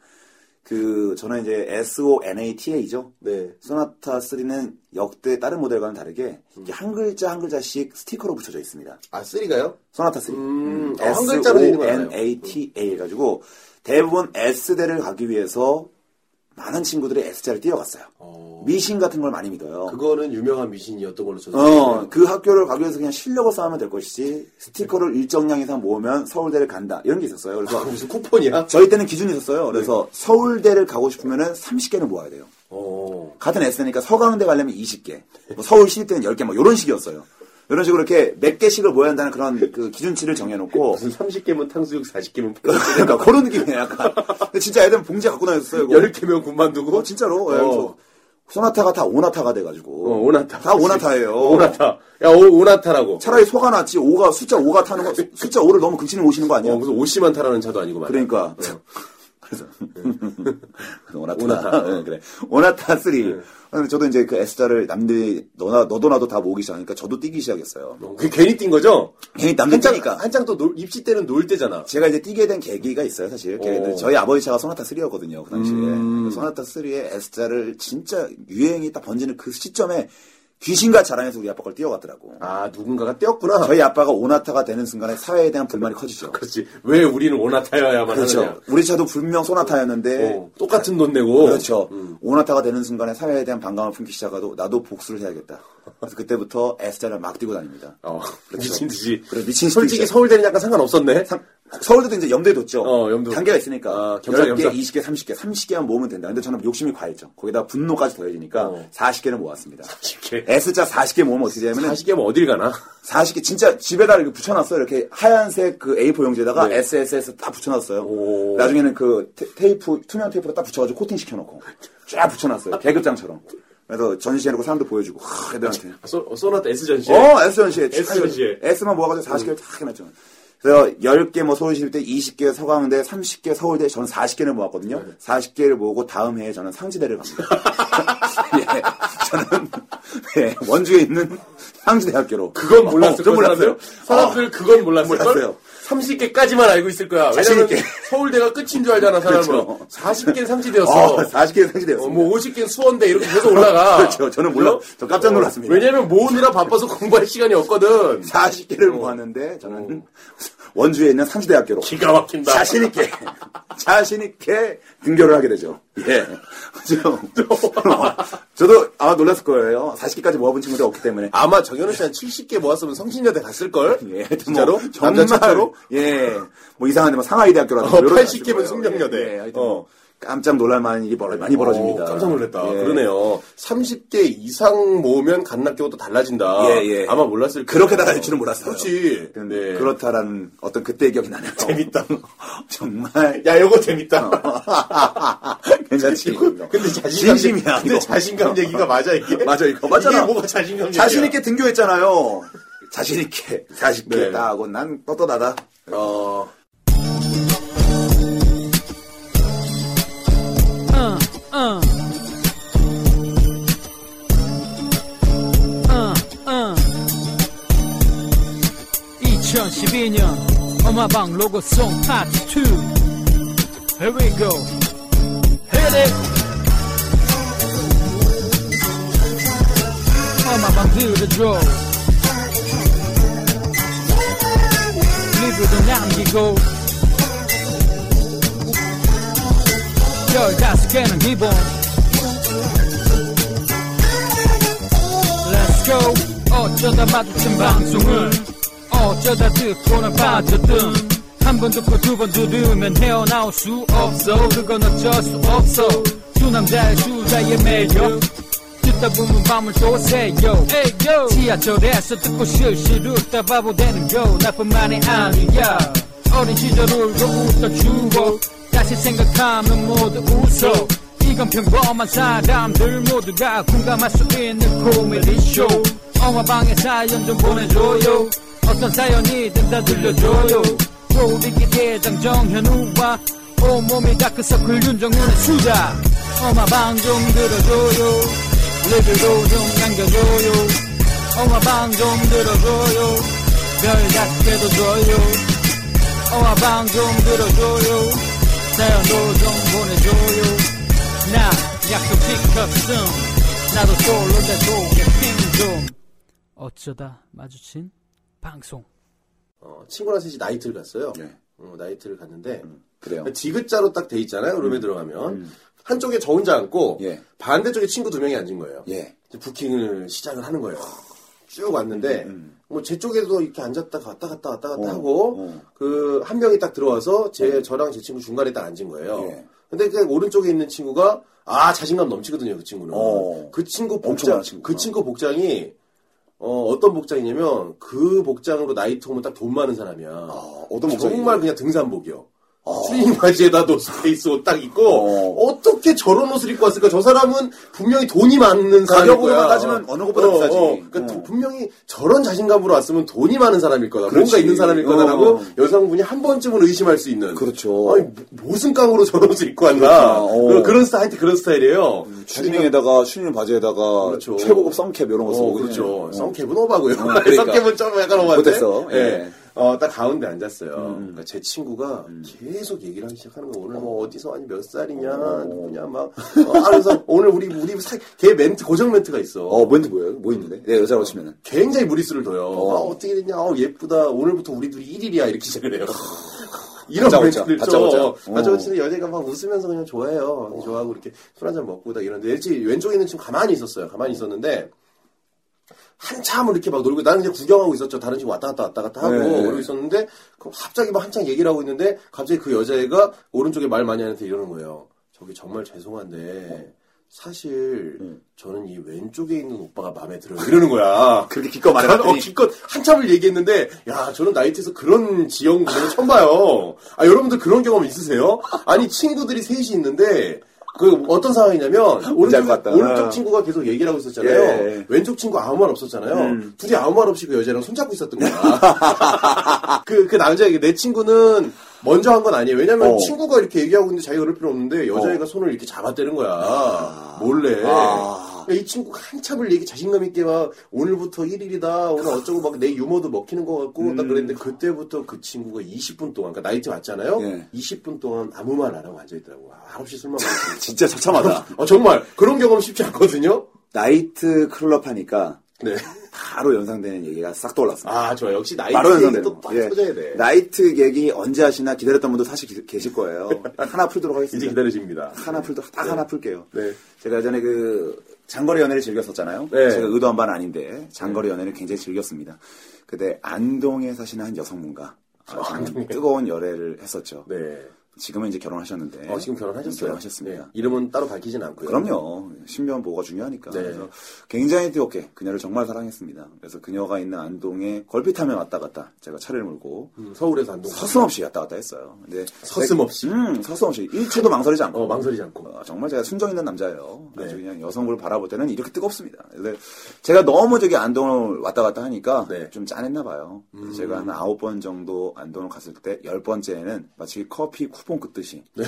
그 저는 이제 SONATA죠.
네.
소나타 3는 역대 다른 모델과는 다르게 이게 한 글자 한 글자씩 스티커로 붙여져 있습니다.
아, 쓰리가요?
소나타 3.
음, 어, 한
S
글자로 되는
O
건
N
알아요.
A T A 해가지고 대부분 S 대를 가기 위해서 많은 친구들이 S 자를 뛰어갔어요. 미신 같은 걸 많이 믿어요.
그거는 유명한 미신이었던 걸로 저도.
어, 그 학교를 가기 위해서 그냥 실력을 쌓으면 될 것이지 스티커를 일정량 이상 모으면 서울대를 간다 이런 게 있었어요. 그래서
아, 네. 무슨 쿠폰이야?
저희 때는 기준이 있었어요. 그래서 서울대를 가고 싶으면은 30개는 모아야 돼요.
어.
같은 S니까 서강대 가려면 20개, 뭐 서울 시립대는 10개, 뭐 이런 식이었어요. 이런 식으로 이렇게 몇 개씩을 모여야 한다는 그런 그 기준치를 정해놓고
무슨 30개면 탕수육, 40개면
그러니까 그런 느낌이에요 약간. 근데 진짜 애들은 봉지 갖고 다녔어요. 이거.
10개면 군만두고
어, 진짜로.
어.
예, 그래서 소나타가 다 오나타가 돼가지고.
어, 오나타.
다 오나타예요.
오나타. 야, 오, 오나타라고.
차라리 소가 낫지 오가 숫자 오가 타는 거 숫자 오를 너무 금치는 오시는 거 아니야?
어, 무슨 오씨만 타라는 차도 아니고 말이야.
그러니까. 그래서 오나타. 오나타. 그래. 오나타 3. 저도 이제 그 S자를 남들이 너나 너도 나도 다 모으기 시작하니까 저도 뛰기 시작했어요.
어, 그게 괜히 뛴 거죠?
괜히 남들
한창,
뛰니까.
한창 또 놀, 입시 때는 놀 때잖아.
제가 이제 뛰게 된 계기가 있어요, 사실.
어.
저희 아버지 차가 소나타 3였거든요, 그 당시에.
음.
소나타 3의 S자를 진짜 유행이 딱 번지는 그 시점에 귀신같이 자랑해서 우리 아빠 걸 뛰어갔더라고.
아, 누군가가 뛰었구나.
저희 아빠가 오나타가 되는 순간에 사회에 대한 불만이
*laughs*
커지죠.
그렇지. 왜 우리는 오나타여야만
그렇죠.
하느냐.
우리 차도 분명 소나타였는데,
어, 똑같은 돈 내고.
그렇죠.
음.
오나타가 되는 순간에 사회에 대한 반감을 품기 시작하고, 나도 복수를 해야겠다. 그래서 그때부터 S자를 막 뛰고 다닙니다.
어, 미친 듯이.
그래, 미친 듯이
솔직히
뛰죠.
서울대는 약간 상관없었네.
서울대도 이제 염두에 뒀죠.
어, 염두.
단계가 있으니까.
아, 겸사,
10개,
겸사.
20개, 30개, 30개만 모으면 된다. 근데 저는 욕심이 과했죠. 거기다 분노까지 더해지니까
어.
40개를 모았습니다.
40개.
S자 40개 모으면 어떻게 되냐면
40개면 어딜 가나?
40개 진짜 집에다 이렇게 붙여놨어요. 이렇게 하얀색 그 A4 용지에다가
네.
SSS 딱 붙여놨어요.
오. *laughs*
나중에는 그 테, 이프 투명 테이프로 딱 붙여가지고 코팅 시켜놓고 쫙 붙여놨어요. 계급장처럼. 그래서 전시해놓고 사람도 보여주고 하, 애들한테.
아, *laughs* 소, 어, 소나타 S 전시.
어, S 전시회.
S 전시회.
S만 모아가지고 40개를 쫙 해놨죠. 그래서 10개 뭐 서울시립대, 20개 서강대, 30개 서울대, 저는 40개를 모았거든요.
네.
40개를 모으고 다음 해에 저는 상지대를 갑니다. *laughs* 예, 저는 예, 원주에 있는 상지대학교로.
그건 몰랐을
어, 전
거야. 아,
몰랐어요.
사람들, 사람들 그건 몰랐을 걸.
몰랐어요.
30개까지만 알고 있을 거야.
자신
왜냐면
있게.
서울대가 끝인 줄 알잖아, 사람은.
그렇죠.
40개는
어,
상지대였어.
40개의 상지대였어요.
뭐 50개는 수원대 이렇게 계속 올라가.
*laughs*
어?
그렇죠. 저는 몰라. 저 깜짝 놀랐습니다.
왜냐면 모으느라
*laughs*
바빠서 공부할 시간이 없거든.
40개를 모았는데 저는 원주에 있는 상지대학교로.
어. 기가 막힌다.
자신있게, 자신있게 등교를 하게 되죠. 예. 그죠? 저도 아마 놀랐을 거예요. 40개까지 모아본 친구들이 없기 때문에.
아마 정현우 씨한 70개 모았으면 성신여대 갔을 걸.
*laughs* 예,
진짜로?
뭐,
남자
정말,
차로?
예, 뭐 이상한데 뭐 상하이대학교라든가
어,
이런
80 개면
데가 있고요.
숙명여대.
예, 예, 하여튼
어.
뭐 깜짝 놀랄만한 일이 벌- 많이 벌어집니다.
오, 깜짝 놀랐다.
예.
그러네요. 30개 이상 모으면 갓납교가 또 달라진다.
예, 예.
아마 몰랐을
그렇게
거예요.
나갈 줄은 몰랐어요.
그렇지.
하여튼 뭐,
네.
그렇다라는 어떤 그때의 기억이 나네요.
재밌다.
*laughs* 정말 *laughs*
야, 이거 재밌다.
어,
*laughs*
괜찮지.
이거- 근데 자신감
진심이야.
근데
이거.
자신감 얘기가 맞아 이게?
*laughs* 맞아, 이거 맞잖아.
이게 뭐가 자신감 얘기야?
자신 있게 등교했잖아요. 자신 있게 40개
네.
다 하고 난 떳떳하다.
어,
어. 2012년 엄마방 로고송 파트 2 Here we go Hit it 엄마방 들어줘 리뷰도 남기고 15개는 기본 Let's go 어쩌다 마주친 방송을 어쩌다 듣고는 빠졌든 한 번 듣고 두 번 들으면 헤어나올 수 없어 그건 어쩔 수 없어 두 남자의 수다의 매력 듣다 보면 밤을 또 새요 지하철에서 듣고 실실 웃다 바보 되는 거 나뿐만이 아니야 어린 시절 울고 웃던 추억 다시 생각하면 모두 웃어 이건 평범한 사람들 모두가 공감할 수 있는 코미디 쇼 엄마방에 사연 좀 보내줘요 어떤 사연이든 다 들려줘요 꼬리기 대장 정현우와 온몸이 다크서클 윤정훈의 수다 엄마방 좀 들어줘요 리뷰도 좀 남겨줘요 엄마방 좀 들어줘요 별 다섯 개도 줘요 엄마방 좀 들어줘요 사연도 좀 보내줘요 나 약속 지켰음 나도 솔로 내 속에 핑좀 어쩌다 마주친 방송
어, 친구랑 셋이 나이트를 갔어요.
네. 음.
어, 나이트를 갔는데 그러니까
그래요.
지그자로 딱 돼 있잖아요. 룸에 들어가면 한쪽에 저 혼자 앉고
음. 예.
반대쪽에 친구 두 명이 앉은 거예요.
예.
이제 부킹을 시작을 하는 거예요. 쭉 왔는데 뭐 제 쪽에도 이렇게 앉았다 갔다 갔다 왔다 갔다
음, 어,
하고
어. 네.
그 한 명이 딱 들어와서 제 저랑 제 친구 중간에 딱 앉은 거예요.
예.
근데 그 오른쪽에 있는 친구가 아 자신감 넘치거든요 그 친구는
어.
그 친구
엄청
복장
많은 친구구나.
그 친구 복장이 어, 어떤 복장이냐면 그 복장으로 나이트 오면 딱 돈 많은 사람이야.
아, 어떤 복장이에요? 아.
정말 그냥 등산복이요. 트레이닝 바지에다 노 스페이스 옷 딱 입고
어.
어. 떻게 저런 옷을 입고 왔을까? 저 사람은 분명히 돈이 많은 사람일
가격으로만
거야.
따지면 그러니까 어느 것보다 비싸지.
그러니까
어.
두- 분명히 저런 자신감으로 왔으면 돈이 많은 사람일 거다. 뭔가
그렇지.
있는 사람일 거다라고
어.
여성분이 한 번쯤은 의심할 수 있는.
그렇죠.
아니 무- 무슨 깡으로 저런 옷을 입고 왔나?
어.
그런 스타일 하여튼 그런 스타일이에요.
추리닝에다가 추리닝 바지에다가
그렇죠.
최고급 썸캡 이런 거 쓰고
어, 그렇죠.
그냥,
썸캡은 *laughs* 오바고요.
그러니까.
썸캡은 좀 약간 오바인데.
못했어.
예.
예. 음.
어, 딱 가운데 앉았어요. 그러니까 제 친구가 계속 얘기를 하기 시작하는 거예요. 오늘 뭐 어디서 아니 몇 살이냐, 누구냐 막 어, 하면서 오늘 우리 우리 사, 걔 멘트 고정 멘트가 있어.
어, 뭐인데 뭐예요? 뭐 있는데? 네,
어.
여자로 치면은.
굉장히 무리수를 둬요. 아, 어떻게 됐냐? 어, 예쁘다. 오늘부터 우리 둘이 1일이야. 이렇게 시작을
*laughs*
해요. 이런
다짜고짜,
멘트를
다짜고짜. 어.
쳐. 다짜고짜 여자가 막 웃으면서 그냥 좋아해요. 좋아하고 이렇게 술 한잔 먹고 다 이러는데 왠지 왼쪽에 있는 친구 가만히 있었어요. 가만히 있었는데 한참 이렇게 막 놀고 나는 그냥 구경하고 있었죠. 다른 친구 왔다 갔다 왔다 갔다 하고
네.
그러고 있었는데 그 갑자기 막 한창 얘기를 하고 있는데 갑자기 그 여자애가 오른쪽에 말 많이 하는데 이러는 거예요. 저기 정말 죄송한데
어.
사실
네.
저는 이 왼쪽에 있는 오빠가 마음에 들어요. 이러는
*laughs*
거야.
그렇게 기껏
어,
말해봤더니
기껏 한참을 얘기했는데 야 저는 나이트에서 그런 지형 구분을 처음 봐요. 아 여러분들 그런 경험 있으세요? 아니 친구들이 셋이 있는데 그 어떤 상황이냐면
뭔지
오른쪽,
알것 같다.
오른쪽
아.
친구가 계속 얘기를 하고 있었잖아요.
예. 음.
왼쪽 친구 아무 말 없었잖아요. 둘이 아무 말 없이 그 여자랑 손잡고 있었던 거야. *laughs* 그, 그 남자에게 내 친구는 먼저 한 건 아니에요. 왜냐면
어.
친구가 이렇게 얘기하고 있는데 자기가 그럴 필요 없는데 여자애가 손을 이렇게 잡아대는 거야. 몰래.
아.
그러니까 이 친구가 한참을 얘기 자신감 있게 막 오늘부터 1일이다 오늘 어쩌고 막 내 유머도 먹히는 것 같고
음.
딱 그랬는데 그때부터 그 친구가 20분 동안 그러니까 나이트 왔잖아요
예.
20분 동안 아무 말 안 하고 앉아있더라고 아, 한없이 술만 먹고
*laughs* 진짜 처참하다.
아, 정말 그런 경험 쉽지 않거든요
나이트 클럽 하니까
네아
바로 연상되는 얘기가 싹 떠올랐습니다.
좋아 역시
바로
나이트 얘기
연상되는
또딱
거. 예.
꽂아야 돼
나이트 얘기 언제 하시나 기다렸던 분도 사실 기-
*laughs*
계실 거예요. 하나 풀도록
이제
하겠습니다.
기다려집니다
하나 풀도 딱 하나 풀게요.
네.
제가 예전에 그 장거리 연애를 즐겼었잖아요.
네.
제가 의도한 바는 아닌데 장거리 연애를 굉장히 즐겼습니다. 그때 안동에 사시는 한 여성분과 아, 저는 뜨거운 열애를 했었죠.
네
지금은 이제 결혼하셨는데.
어, 지금 결혼하셨어요
예. 결혼하셨습니다.
네. 이름은 따로 밝히진 않고요
그럼요. 신변 보호가 중요하니까.
네.
그래서 굉장히 뜨겁게 그녀를 정말 사랑했습니다. 그래서 그녀가 있는 안동에 걸핏하면 왔다 갔다 제가 차를 몰고
음, 서울에서 안동
서슴없이 왔다 갔다 했어요. 근데
서슴없이?
음, 서슴없이 일초도 망설이지 않고.
어 망설이지 않고
어, 정말 제가 순정 있는 남자예요. 아주
네.
그냥 여성을 바라볼 때는 이렇게 뜨겁습니다. 근데 제가 너무 저기 안동을 왔다 갔다 하니까
네.
좀 짠했나 봐요. 그래서 제가 한 아홉 번 정도 안동을 갔을 때 열 번째는 마치 커피 쿠폰 끄듯이
네.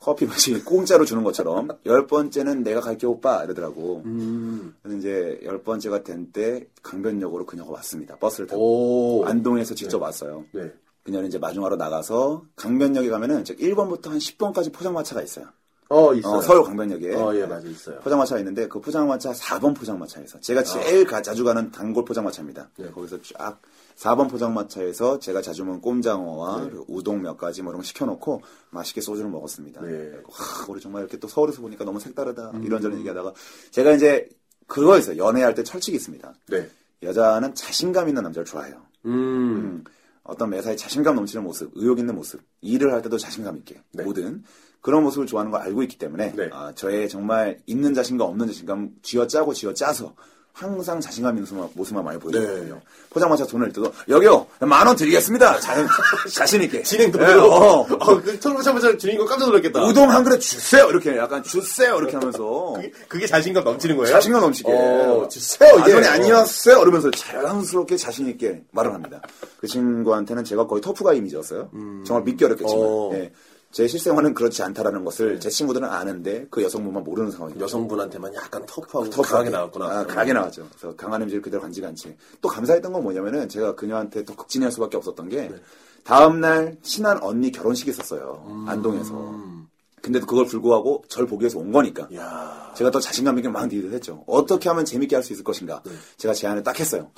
커피 마치 공짜로 주는 것처럼 열 번째는 내가 갈게 오빠 이러더라고.
음.
그래서 이제 열 번째가 된 때 강변역으로 그녀가 왔습니다. 버스를 타고
오
안동에서 직접 왔어요.
네.
그녀는 이제 마중하러 나가서 강변역에 가면은 1번부터 한 10번까지 포장마차가 있어요.
어 있어요
어, 서울 강변역에
어, 예, 맞아, 있어요.
포장마차가 있는데 그 포장마차 4번 포장마차에서 제가 제일 가- 자주 가는 단골 포장마차입니다.
네.
거기서 쫙 4번 포장마차에서 제가 자주 먹는 꼼장어와 그리고 우동 몇 가지 뭐 이런 거 시켜놓고 맛있게 소주를 먹었습니다.
네.
그리고 하, 우리 정말 이렇게 또 서울에서 보니까 너무 색다르다 이런저런 얘기하다가 제가 이제 그거 있어요. 연애할 때 철칙이 있습니다.
네.
여자는 자신감 있는 남자를 좋아해요.
음.
어떤 매사에 자신감 넘치는 모습, 의욕 있는 모습, 일을 할 때도 자신감 있게
네.
모든 그런 모습을 좋아하는 걸 알고 있기 때문에
네.
아, 저의 정말 있는 자신감 없는 자신감 쥐어짜고 쥐어짜서 항상 자신감 있는 모습만, 모습만 많이 보여주거든요.
네.
포장마차 돈을 낼 때도 여기요 만 원
*laughs*
드리겠습니다. 자, 자신 있게
진행도
예,
별로. 아,
어.
네, 어, 그 처음 보자마자 주인공 깜짝 놀랐겠다.
우동 한 그릇 주세요 이렇게 약간 주세요 이렇게 하면서
그게, 그게 자신감 넘치는 거예요?
자신감 넘치게.
네. 어, 주세요. 이게.
아니, 아니었어요. 이러면서 자연스럽게 자신있게 말을 합니다. 그 친구한테는 제가 거의 터프가 이미지였어요. 정말 믿기 어렵겠지만.
음. 어. 네.
예. 제 실생활은 그렇지 않다라는 것을 제 친구들은 아는데 그 여성분만 모르는 상황이죠.
여성분한테만 약간 터프하고 터프하게 음. 나왔구나. 네.
아, 강하게 나왔죠. 그래서 강한 이미지를 그대로 간지가 않지. 또 감사했던 건 뭐냐면은 제가 그녀한테 더 극진할 수밖에 없었던
네.
게 다음날 친한 언니 결혼식이 있었어요.
음.
안동에서. 근데도 그걸 불구하고 절 보기 위해서 온 거니까.
야
제가 더 자신감 있게 막 리드를 했죠. 어떻게 하면 재밌게 할 수 있을 것인가.
네.
제가 제안을 딱 했어요.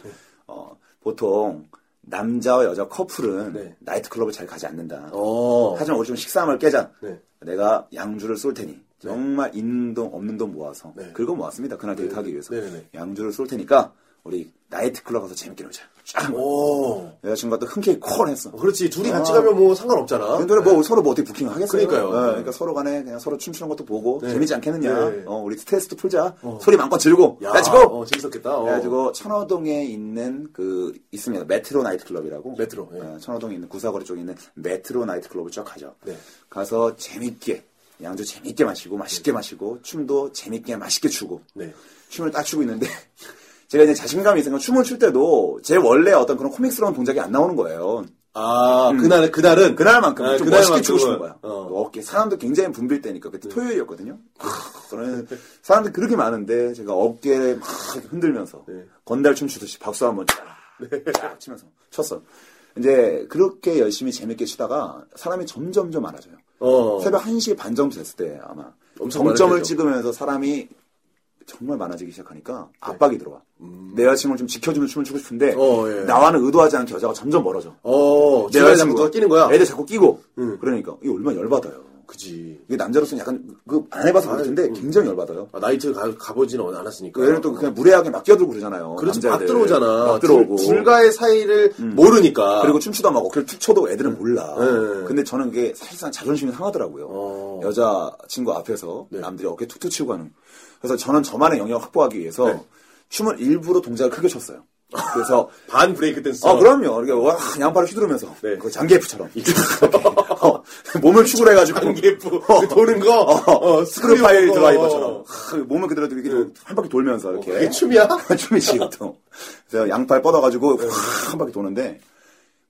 어, 보통 남자와 여자 커플은
네.
나이트클럽을 잘 가지 않는다.
어.
하지만 우리 좀 식사함을 깨자.
네.
내가 양주를 쏠 테니 정말 있는 돈 없는 돈 모아서
네.
긁어 모았습니다. 그날 데이트하기 위해서
네네네.
양주를 쏠 테니까 우리 나이트클럽 가서 재밌게 놀자. 쫙.
오.
여자친구가 또 흔쾌히 콜 했어.
어. 그렇지. 둘이 같이
아.
가면 뭐 상관없잖아.
근데 뭐 서로 뭐 어떻게 부킹을 하겠어요?
네. 그러니까요.
예,
네.
그러니까 서로 간에 그냥 서로 춤추는 것도 보고 재밌지 않겠느냐.
네. 어.
어, 우리 스트레스도 풀자. 소리 마음껏 지르고.
야,
렛츠고!
어, 재밌었겠다. 어.
그래가지고 천호동에 있는 그 있습니다. 메트로 나이트클럽이라고.
메트로, 예.
예, 천호동에 있는 구사거리 쪽에 있는 메트로 나이트클럽을 쫙 가죠.
네.
가서 재밌게 양주 재밌게 마시고 맛있게 마시고 춤도 재밌게 맛있게 추고
네.
춤을 딱 추고 있는데 *laughs* 제가 이제 자신감이 있으니까 춤을 출 때도 제 원래 어떤 그런 코믹스러운 동작이 안 나오는 거예요.
아, 그날, 그날은?
그날만큼
아,
좀 멋있게
그날만큼은-
추고 싶은 거야.
어. 음.
어. 깨 사람도 굉장히 붐빌 때니까 그때 토요일이었거든요. 저는 사람들이 그렇게 많은데 제가 어깨 막 흔들면서
네.
건달 춤추듯이 박수 한번 쫙 치면서 쳤어. 이제 그렇게 열심히 재밌게 치다가 사람이 점점 좀 많아져요.
어.
새벽 1시 반 정도 됐을 때 아마
엄청
정점을
많았겠죠.
찍으면서 사람이 정말 많아지기 시작하니까 압박이 들어와. 내 여자친구를 좀 지켜주는 춤을 추고
네.
싶은데
음. 어, 예.
나와는 의도하지 않게 여자가 점점 멀어져.
어,
내
주변에
여자친구가
자꾸 끼는 거야. 음.
네, 애들 자꾸 끼고. 그러니까 이게 얼마나 열받아요.
그지.
이게 남자로서는 약간 그 안 해봐서 모르겠는데 굉장히 열받아요.
아, 나이트 가, 가보지는 않았으니까.
그 얘는 또 그냥 무례하게 막 끼어들고 그러잖아요.
그렇지, 막 음.
남자애들.
들어오잖아.
막 들어오고.
둘, 둘과의 사이를 모르니까.
그리고 춤추다 막 어깨를 툭 쳐도 애들은 몰라.
네.
근데 저는 그게 사실상 자존심이 상하더라고요.
어. 네.
여자 친구 앞에서 남들이 어깨
네.
툭툭 치고 가는. 그래서 저는 저만의 영역을 확보하기 위해서 춤을 일부러 동작을 크게 쳤어요.
*laughs*
그래서
반 브레이크 댄스.
아 그럼요. 그러니까 와, 양팔을 휘두르면서
네.
그 장기예프처럼 *laughs* 어, 몸을 축으로 해가지고
장기예프 그 도는 거.
어,
어,
스크류파일
스크류
드라이버처럼
어.
하, 몸을 그대로 이렇게 좀한 바퀴 돌면서 이렇게
네. 그게 춤이야?
*laughs* 춤이지 보통. 그래서 양팔 뻗어가지고 확한 바퀴 도는데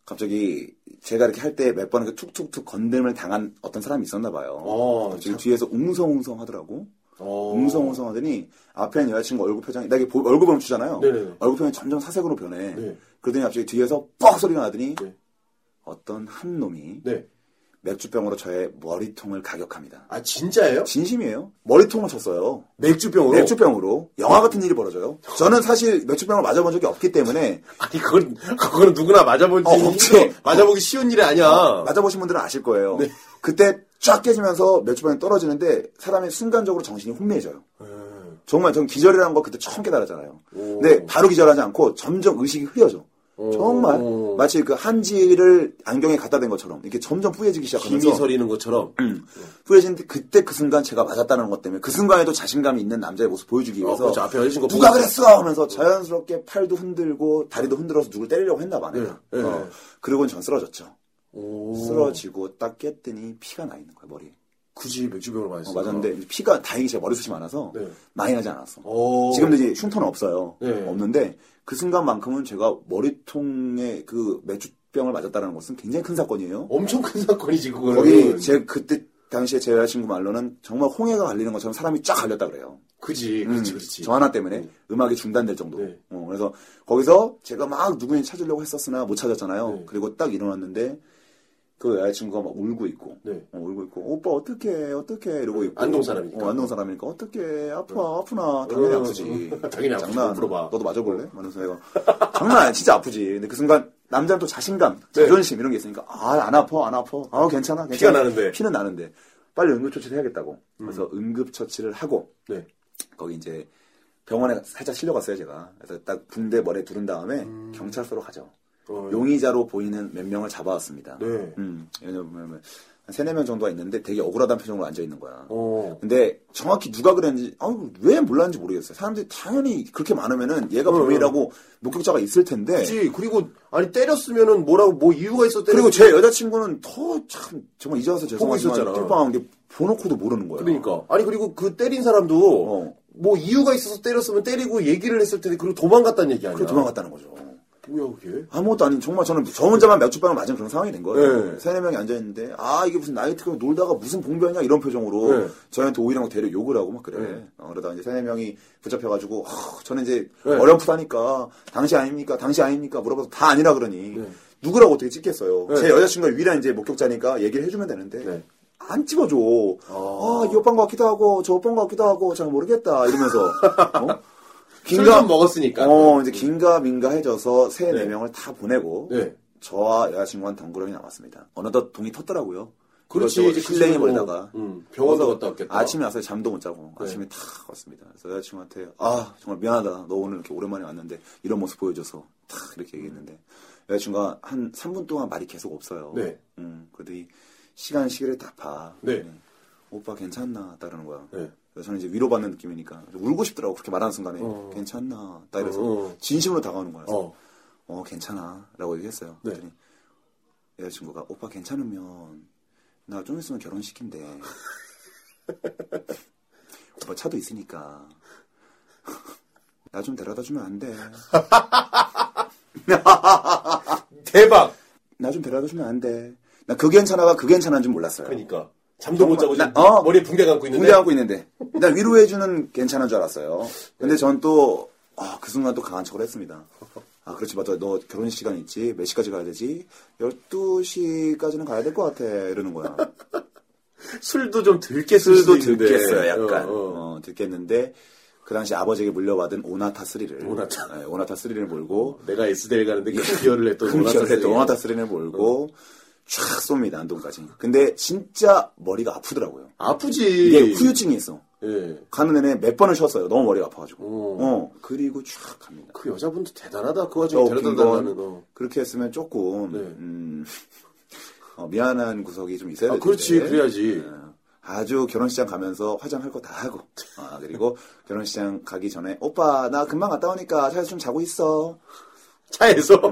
갑자기 제가 이렇게 할 때 몇 번 이렇게 툭툭툭 건드림을 당한 어떤 사람이 있었나 봐요.
어,
지금 뒤에서 웅성웅성 하더라고.
어.
웅성웅성 하더니 앞에 있는 여자친구 얼굴 표정이 나 이게 보- 얼굴 보면 추잖아요.
네네네.
얼굴 표정이 점점 사색으로 변해.
네.
그러더니 갑자기 뒤에서 뻑 소리가 나더니
네.
어떤 한 놈이
네.
맥주병으로 저의 머리통을 가격합니다.
아 진짜예요?
진심이에요. 머리통을 쳤어요.
맥주병으로.
맥주병으로 영화 같은 일이 벌어져요. 저는 사실 맥주병을 맞아본 적이 없기 때문에
아니 그건 그거는 누구나 맞아보지.
어, 없지.
맞아보기 쉬운 일이 아니야. 어,
맞아보신 분들은 아실 거예요.
네.
그때 쫙 깨지면서 맥주병이 떨어지는데 사람이 순간적으로 정신이 혼미해져요.
음.
정말 전 기절이라는 거 그때 처음 깨달았잖아요.
오.
근데 바로 기절하지 않고 점점 의식이 흐려져. 정말
오.
마치 그 한지를 안경에 갖다 댄 것처럼 이렇게 점점
힘이
뿌얘지기 시작하면서
서리는 것처럼.
뿌얘지는데 그때 그 순간 제가 맞았다는 것 때문에 그 순간에도 자신감이 있는 남자의 모습 보여주기 위해서
어, 그렇죠. 앞에 여자친구
누가
보고
그랬어 하면서 자연스럽게 팔도 흔들고 다리도 흔들어서 누굴 때리려고 했나 봐 내가
네, 네.
어. 그리고는 전 쓰러졌죠
오.
쓰러지고 딱 깼더니 피가 나 있는 거야 머리에
굳이 맥주병으로
어,
맞았어.
맞았는데 이제 피가 다행히 제가 머리숱이 많아서
네.
많이 나지 않았어
오.
지금도 이제 흉터는 없어요
네.
없는데 그 순간만큼은 제가 머리통에 그 맥주병을 맞았다는 것은 굉장히 큰 사건이에요
엄청 큰 사건이지 그거는.
거기 제 그때 당시에 제 여자친구 말로는 정말 홍해가 갈리는 것처럼 사람이 쫙 갈렸다 그래요.
그지,
음,
그렇지, 그렇지.
저 하나 때문에 음악이 중단될 정도.
네.
어, 그래서 거기서 제가 막 누구인지 찾으려고 했었으나 못 찾았잖아요.
네.
그리고 딱 일어났는데 그 여자친구가 막 울고 있고,
네.
어, 울고 있고, 오빠 어떡해, 어떡해 이러고 있고.
안동 사람이니까. 네.
어, 안동 사람이니까 어떡해, 아파, 아프나, 당연히
어,
아프지.
어, *laughs* 당연히 아프지.
장난.
뭐 물어봐.
너도 맞아볼래? 하면서 내가 *laughs* 장난 아니야, 진짜 아프지. 근데 그 순간 남자는 또 자신감,
네.
자존심 이런 게 있으니까 아 안 아파, 안 아파, 아 괜찮아, 괜찮아.
나는데. 음.
피는 나는데 빨리 응급처치를 해야겠다고. 그래서 응급처치를 하고
네.
거기 이제 병원에 살짝 실려갔어요 제가. 그래서 딱 붕대 머리에 두른 다음에 경찰서로 가죠.
어,
용의자로 보이는 몇 명을 잡아왔습니다.
네.
음, 왜냐면 한 세네 명 정도가 있는데 되게 억울하다는 표정으로 앉아 있는 거야.
어.
근데 정확히 누가 그랬는지 아유, 왜 몰랐는지 모르겠어요. 사람들이 당연히 그렇게 많으면은 얘가 범인이라고 목격자가 있을 텐데
어, 그지. 그리고 아니 때렸으면은 뭐라고 뭐 이유가 있었 때려.
그리고 제 여자친구는 더 참 정말 이제 와서 죄송하지만
있었잖아.
뒷방한 게 보놓고도 모르는 거야.
그러니까. 아니 그리고 그 때린 사람도
어.
뭐 이유가 있어서 때렸으면 때리고 얘기를 했을 텐데 그리고 도망갔다는 얘기 아니야.
그래 도망갔다는 거죠.
뭐야 그게?
아무것도 아닌 정말 저는 저 혼자만 맥주병을 맞은 그런 상황이 된 거예요.
네.
세네 명이 앉아 있는데 아 이게 무슨 나이트클럽 놀다가 무슨 봉변이야 이런 표정으로
네.
저희한테 오히려 막 대려 욕을 하고 막 그래.
네.
어, 그러다 이제 세네 명이 붙잡혀가지고 아, 저는 이제
네.
어렴풋하니까 당시 아닙니까 당시 아닙니까 물어봐서 다 아니라 그러니
네.
누구라고 어떻게 찍겠어요.
네.
제 여자친구가 유일한 이제 목격자니까 얘기를 해주면 되는데.
네.
안 찍어줘. 아, 이 오빠인 것 같기도 하고, 저 오빠인 것 같기도 하고, 잘
*laughs*
모르겠다. 이러면서. 어?
술좀 먹었으니까.
어, 이제 긴가민가해져서 세 네
네.
명을 다 보내고
네.
저와 여자친구한 덩그러니 남았습니다. 어느덧 동이 텄더라고요.
그렇지,
이것저것
이제 그
실랭이
정도.
벌다가
음, 병원도
그래서
갔다 왔겠다. 네.
아침에 와서 잠도 못 자고 아침에 다 왔습니다. 그래서 여자친구한테 아 정말 미안하다. 너 오늘 이렇게 오랜만에 왔는데 이런 모습 보여줘서 탁 이렇게 얘기했는데 여자친구가 한 3분 동안 말이 계속 없어요.
네.
음, 그러더니 시간 시계를 다 봐.
네.
오빠 괜찮나? 따르는 거야.
네.
그래서 저는 이제 위로받는 느낌이니까 울고 싶더라고 그렇게 말하는 순간에 괜찮나? 딱 이래서
어.
진심으로 다가오는 거라서
어.
어 괜찮아 라고 얘기했어요
네.
그랬더니 여자친구가 오빠 괜찮으면 나 좀 있으면
*laughs*
결혼시킨대 오빠 차도 있으니까 *laughs* 나 좀 데려다 주면 안돼나 좀
대박.
데려다 주면 안돼나 그 괜찮아가 그 괜찮은 줄 몰랐어요
그러니까 잠도 못 자고
나-
지금
어.
머리에 붕대 감고 있는데.
군대 하고 있는데 나 위로해주는 괜찮은 줄 알았어요
네.
근데 전 또 아, 그 순간 또 강한 척을
*laughs*
했습니다 아 그렇지 맞아 너 결혼 시간 있지 몇 시까지 가야 되지 12시까지는 가야 될 것 같아 이러는 거야
술도 좀 들게
술도 들겠어요, 약간. 어, 들겠는데, 그 당시 아버지에게 물려받은 오나타 쓰리를.
오나타.
네, 오나타 쓰리를 몰고,
내가 S대를 가는데 그 기여를 했던
금결에 또
오나사스레.
오나타 쓰리를
어.
몰고, 촥 쏩니다, 안동까지. 근데 진짜 머리가 아프더라고요.
아프지.
이게 후유증이 있어.
예.
가는 내내 몇 번을 쉬었어요. 너무 머리가 아파가지고.
오.
어, 그리고 촥 갑니다.
그 여자분도 대단하다. 그 와중에
저 웃긴
데려다 달라는
건
거.
그렇게 했으면 조금,
네.
음, *laughs* 어, 미안한 구석이 좀
아,
있어야 될 텐데.
그렇지. 그래야지.
어, 아주 결혼시장 가면서 화장할 거 다 하고 아, 그리고 결혼시장 가기 전에 오빠 나 금방 갔다 오니까 차에서 좀 자고 있어
차에서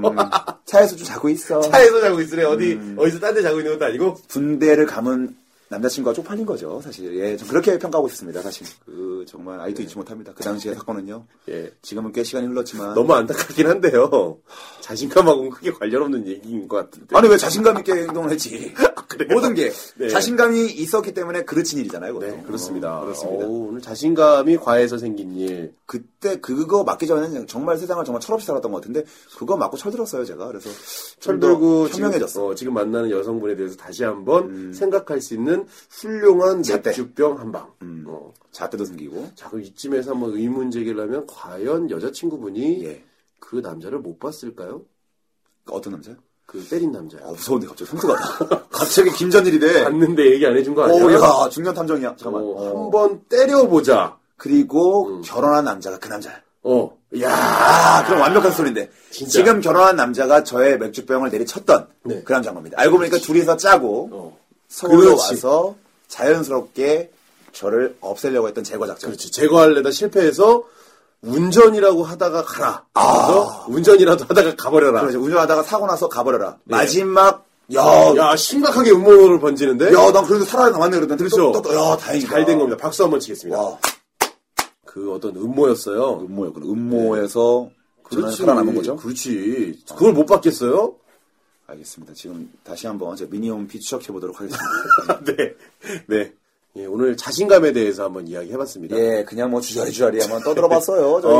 차에서 좀 자고 있어.
차에서 자고 있으래 어디
음.
어디서 딴 데 자고 있는 것도 아니고
군대를 감은 남자친구가 쪽팔린 거죠, 사실. 예, 좀 그렇게 평가하고 있습니다, 사실. 그, 정말 아이도 잊지 못합니다. 그 당시의 사건은요.
예.
지금은 꽤 시간이 흘렀지만.
너무 안타깝긴 한데요. *laughs* 자신감하고는 크게 관련 없는 얘기인 것 같은데.
아니, 왜 자신감 있게 행동을 했지?
*laughs* 그래요?
모든 게.
네.
자신감이 있었기 때문에 그르친 일이잖아요, 그것도.
네, 그렇습니다.
어, 그렇습니다.
어우, 오늘 자신감이 과해서 생긴 일.
그때 그거 맞기 전에는 정말 세상을 정말 철없이 살았던 것 같은데, 그거 맞고 철들었어요, 제가. 그래서. 좀더
철들고 지금,
현명해졌어.
어, 지금 만나는 여성분에 대해서 다시 한번 생각할 수 있는 훌륭한
음. 잣대. 음.
맥주병 한 방. 어.
잣대도 생기고.
자, 그럼 이쯤에서 한번 의문 제기를 하면 과연 여자친구분이
예.
그 남자를 못 봤을까요?
어떤 남자요?
그 때린 남자요.
어, 무서운데, 갑자기 성수가.
*laughs*
갑자기 김전일이 돼.
봤는데 얘기 안 해준 거
오,
아니야?
어, 야, 중년 탐정이야. 잠깐만. 어.
한번 때려보자.
그리고
음.
결혼한 남자가 그 남자야.
어, 야,
아, 그럼 완벽한 소리인데.
진짜.
지금 결혼한 남자가 저의 맥주병을 내리쳤던
네.
그 남자인 겁니다. 알고 보니까 둘이서 짜고
어.
서울로
그렇지.
와서 자연스럽게 저를 없애려고 했던 제거 작전.
그렇지. 제거하려다 실패해서 운전이라고 하다가 가라. 그래서 운전이라도 하다가 가버려라.
아. 그렇지. 아. 운전하다가 사고 나서 가버려라. 마지막, 야, 야,
예. 야, 심각하게 음모론을 번지는데.
난 그래도 살아남았네. 그랬더니.
그렇죠.
또, 또, 또, 야, 다행이다.
잘 된 겁니다. 박수 한번 치겠습니다.
아. 와,
그 어떤 음모였어요. 네.
음모였구나. 음모에서 저는 살아남은 거죠.
그렇지. 그걸 못 받겠어요?
알겠습니다. 지금 다시 한번 제 미니홈 비추적해보도록 하겠습니다.
*laughs* 네. 네. 예, 오늘 자신감에 대해서 한번 이야기 해봤습니다.
예, 그냥 뭐 주저리주저리 한번 떠들어봤어요. 저희,
어.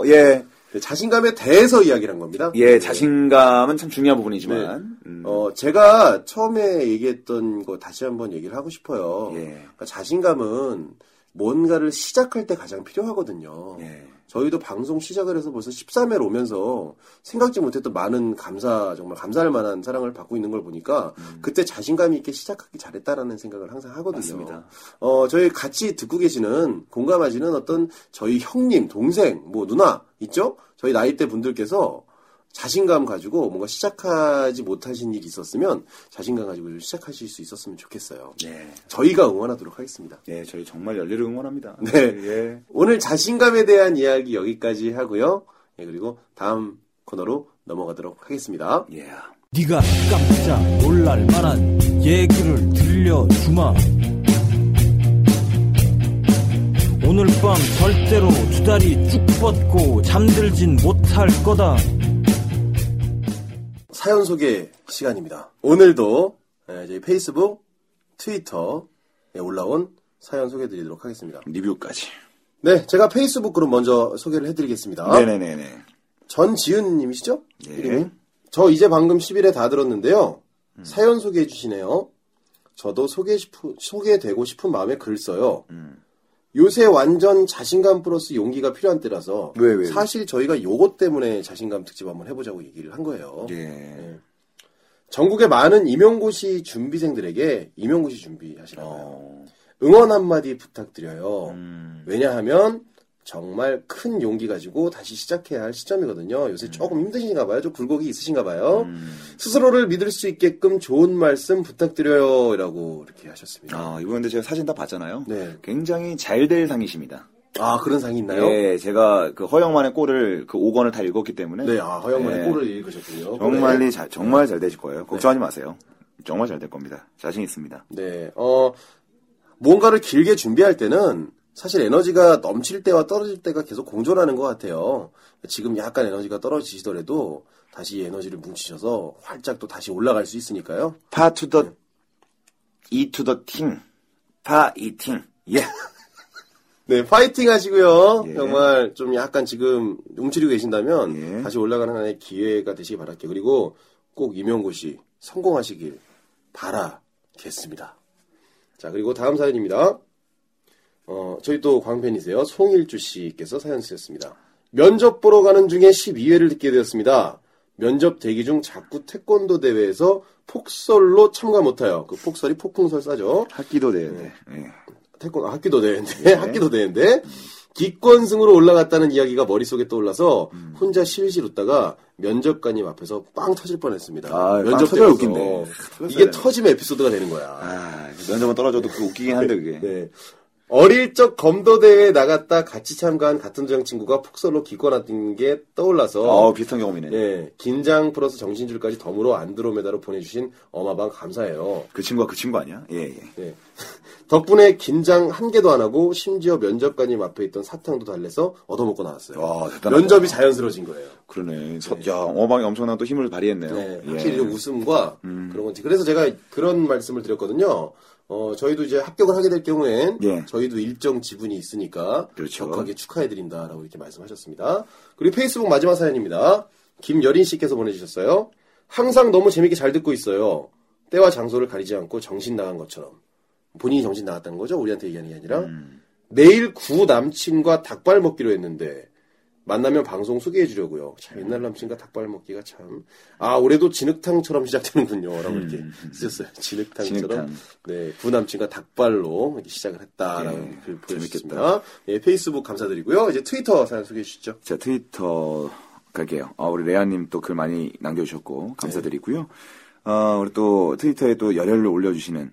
어, 예.
자신감에 대해서 이야기를 한 겁니다.
예, 자신감은 참 중요한
네.
부분이지만. 음,
어, 제가 처음에 얘기했던 거 다시 한번 얘기를 하고 싶어요.
예.
그러니까 자신감은 뭔가를 시작할 때 가장 필요하거든요.
예.
저희도 방송 시작을 해서 벌써 13회를 오면서 생각지 못했던 많은 감사, 정말 감사할 만한 사랑을 받고 있는 걸 보니까 그때 자신감 있게 시작하기 잘했다라는 생각을 항상 하거든요.
음. 맞습니다.
어, 저희 같이 듣고 계시는, 공감하시는 어떤 저희 형님, 동생, 뭐 누나, 있죠? 저희 나이대 분들께서 자신감 가지고 뭔가 시작하지 못하신 일이 있었으면 자신감 가지고 좀 시작하실 수 있었으면 좋겠어요.
예.
저희가 응원하도록 하겠습니다.
예, 저희 정말 열렬히 응원합니다.
네.
예.
오늘 자신감에 대한 이야기 여기까지 하고요. 예, 그리고 다음 코너로 넘어가도록 하겠습니다.
예.
네가 깜짝 놀랄 만한 얘기를 들려주마 오늘 밤 절대로 두 다리 쭉 뻗고 잠들진 못할 거다
사연 소개 시간입니다. 오늘도 예, 저희 페이스북, 트위터에 올라온 사연 소개해드리도록 하겠습니다.
리뷰까지.
네, 제가 페이스북 그룹 먼저 소개를 해드리겠습니다.
어? 네네네네.
전지은님이시죠?
예.
이름이? 저 이제 방금 10일에 다 들었는데요.
음.
사연 소개해 주시네요. 저도 소개 싶은, 소개되고 싶은 마음에 글 써요. 요새 완전 자신감 플러스 용기가 필요한 때라서
왜, 왜, 왜?
사실 저희가 요것 때문에 자신감 특집 한번 해보자고 얘기를 한 거예요. 네.
예.
전국의 많은 임용고시 준비생들에게 임용고시 준비하시라고요.
어.
응원 한마디 부탁드려요.
음.
왜냐하면 정말 큰 용기 가지고 다시 시작해야 할 시점이거든요.
음.
요새 조금 힘드신가 봐요. 좀 굴곡이 있으신가 봐요. 스스로를 믿을 수 있게끔 좋은 말씀 부탁드려요. 라고 이렇게 하셨습니다.
아, 이번에 제가 사진 다 봤잖아요.
네.
굉장히 잘 될 상이십니다.
아, 그런 상이 있나요?
예, 제가 그 허영만의 골을 그 5권을 다 읽었기 때문에.
네, 아, 허영만의
예.
골을 읽으셨군요.
정말리
네.
잘, 정말 잘 되실 거예요. 걱정하지 마세요. 정말 잘 될 겁니다. 자신 있습니다.
네, 어, 뭔가를 길게 준비할 때는 사실 에너지가 넘칠 때와 떨어질 때가 계속 공존하는 것 같아요. 지금 약간 에너지가 떨어지시더라도 다시 이 에너지를 뭉치셔서 활짝 또 다시 올라갈 수 있으니까요.
파 투 더, 네. 이 투 더 팀. 파 이 팀. 예.
네, 파이팅 하시고요.
예.
정말 좀 약간 지금 움츠리고 계신다면
예.
다시 올라가는 하나의 기회가 되시길 바랄게요. 그리고 꼭 임용고시 성공하시길 바라겠습니다. 자, 그리고 다음 사연입니다. 어, 저희 또 광팬이세요. 송일주 씨께서 사연 쓰셨습니다. 면접 보러 가는 중에 12회를 듣게 되었습니다. 면접 대기 중 자꾸 태권도 대회에서 폭설로 참가 못해요. 그 폭설이 폭풍설사죠.
*laughs* 학기도 돼야 돼. 예.
태권 학기도 대회인데
네.
*laughs* 학기도 대회인데 기권승으로 올라갔다는 이야기가 머릿속에 떠올라서
음.
혼자 실실 웃다가 면접관님 앞에서 빵 터질 뻔했습니다.
아, 빵
면접
터져야
때문에
웃긴데.
이게 터지면 에피소드가 되는 거야.
아, 면접은 떨어져도 그 웃기긴 한데 그게.
네. 어릴 적 검도 대회에 나갔다 같이 참가한 같은 조장 친구가 폭설로 기권하던 게 떠올라서
어, 비슷한 경험이네.
예, 긴장 플러스 정신줄까지 덤으로 안드로메다로 보내주신 어마방 감사해요.
그 친구가 그 친구 아니야? 예, 예.
예. *laughs* 덕분에 긴장 한 개도 안 하고 심지어 면접관님 앞에 있던 사탕도 달래서 얻어먹고 나왔어요.
와, 대단하다.
면접이 자연스러워진 거예요.
그러네. 서, 야, 어방이 엄청난 또 힘을 발휘했네요.
네,
예.
확실히 좀 웃음과 그런 건지. 그래서 제가 그런 말씀을 드렸거든요. 어, 저희도 이제 합격을 하게 될 경우엔
예.
저희도 일정 지분이 있으니까
그렇죠.
적하게 축하해드린다라고 이렇게 말씀하셨습니다. 그리고 페이스북 마지막 사연입니다. 김여린 씨께서 보내주셨어요. 항상 너무 재밌게 잘 듣고 있어요. 때와 장소를 가리지 않고 정신 나간 것처럼 본인이 정신 나갔다는 거죠. 우리한테 얘기하는 게 아니라
음.
내일 구 남친과 닭발 먹기로 했는데 만나면 방송 소개해 주려고요. 참 옛날 남친과 닭발 먹기가 참. 아, 올해도 진흙탕처럼 시작되는군요. 라고 이렇게 쓰셨어요. 음, 진흙탕처럼.
진흙탕.
네, 구남친과 닭발로 이렇게 시작을 했다라고
네,
글 보여주셨습니다. 예, 페이스북 감사드리고요. 이제 트위터 사연 소개해 주시죠.
자, 트위터 갈게요. 아, 우리 레아님 또 글 많이 남겨주셨고, 감사드리고요. 아, 우리 또 트위터에 또 열혈을 올려주시는,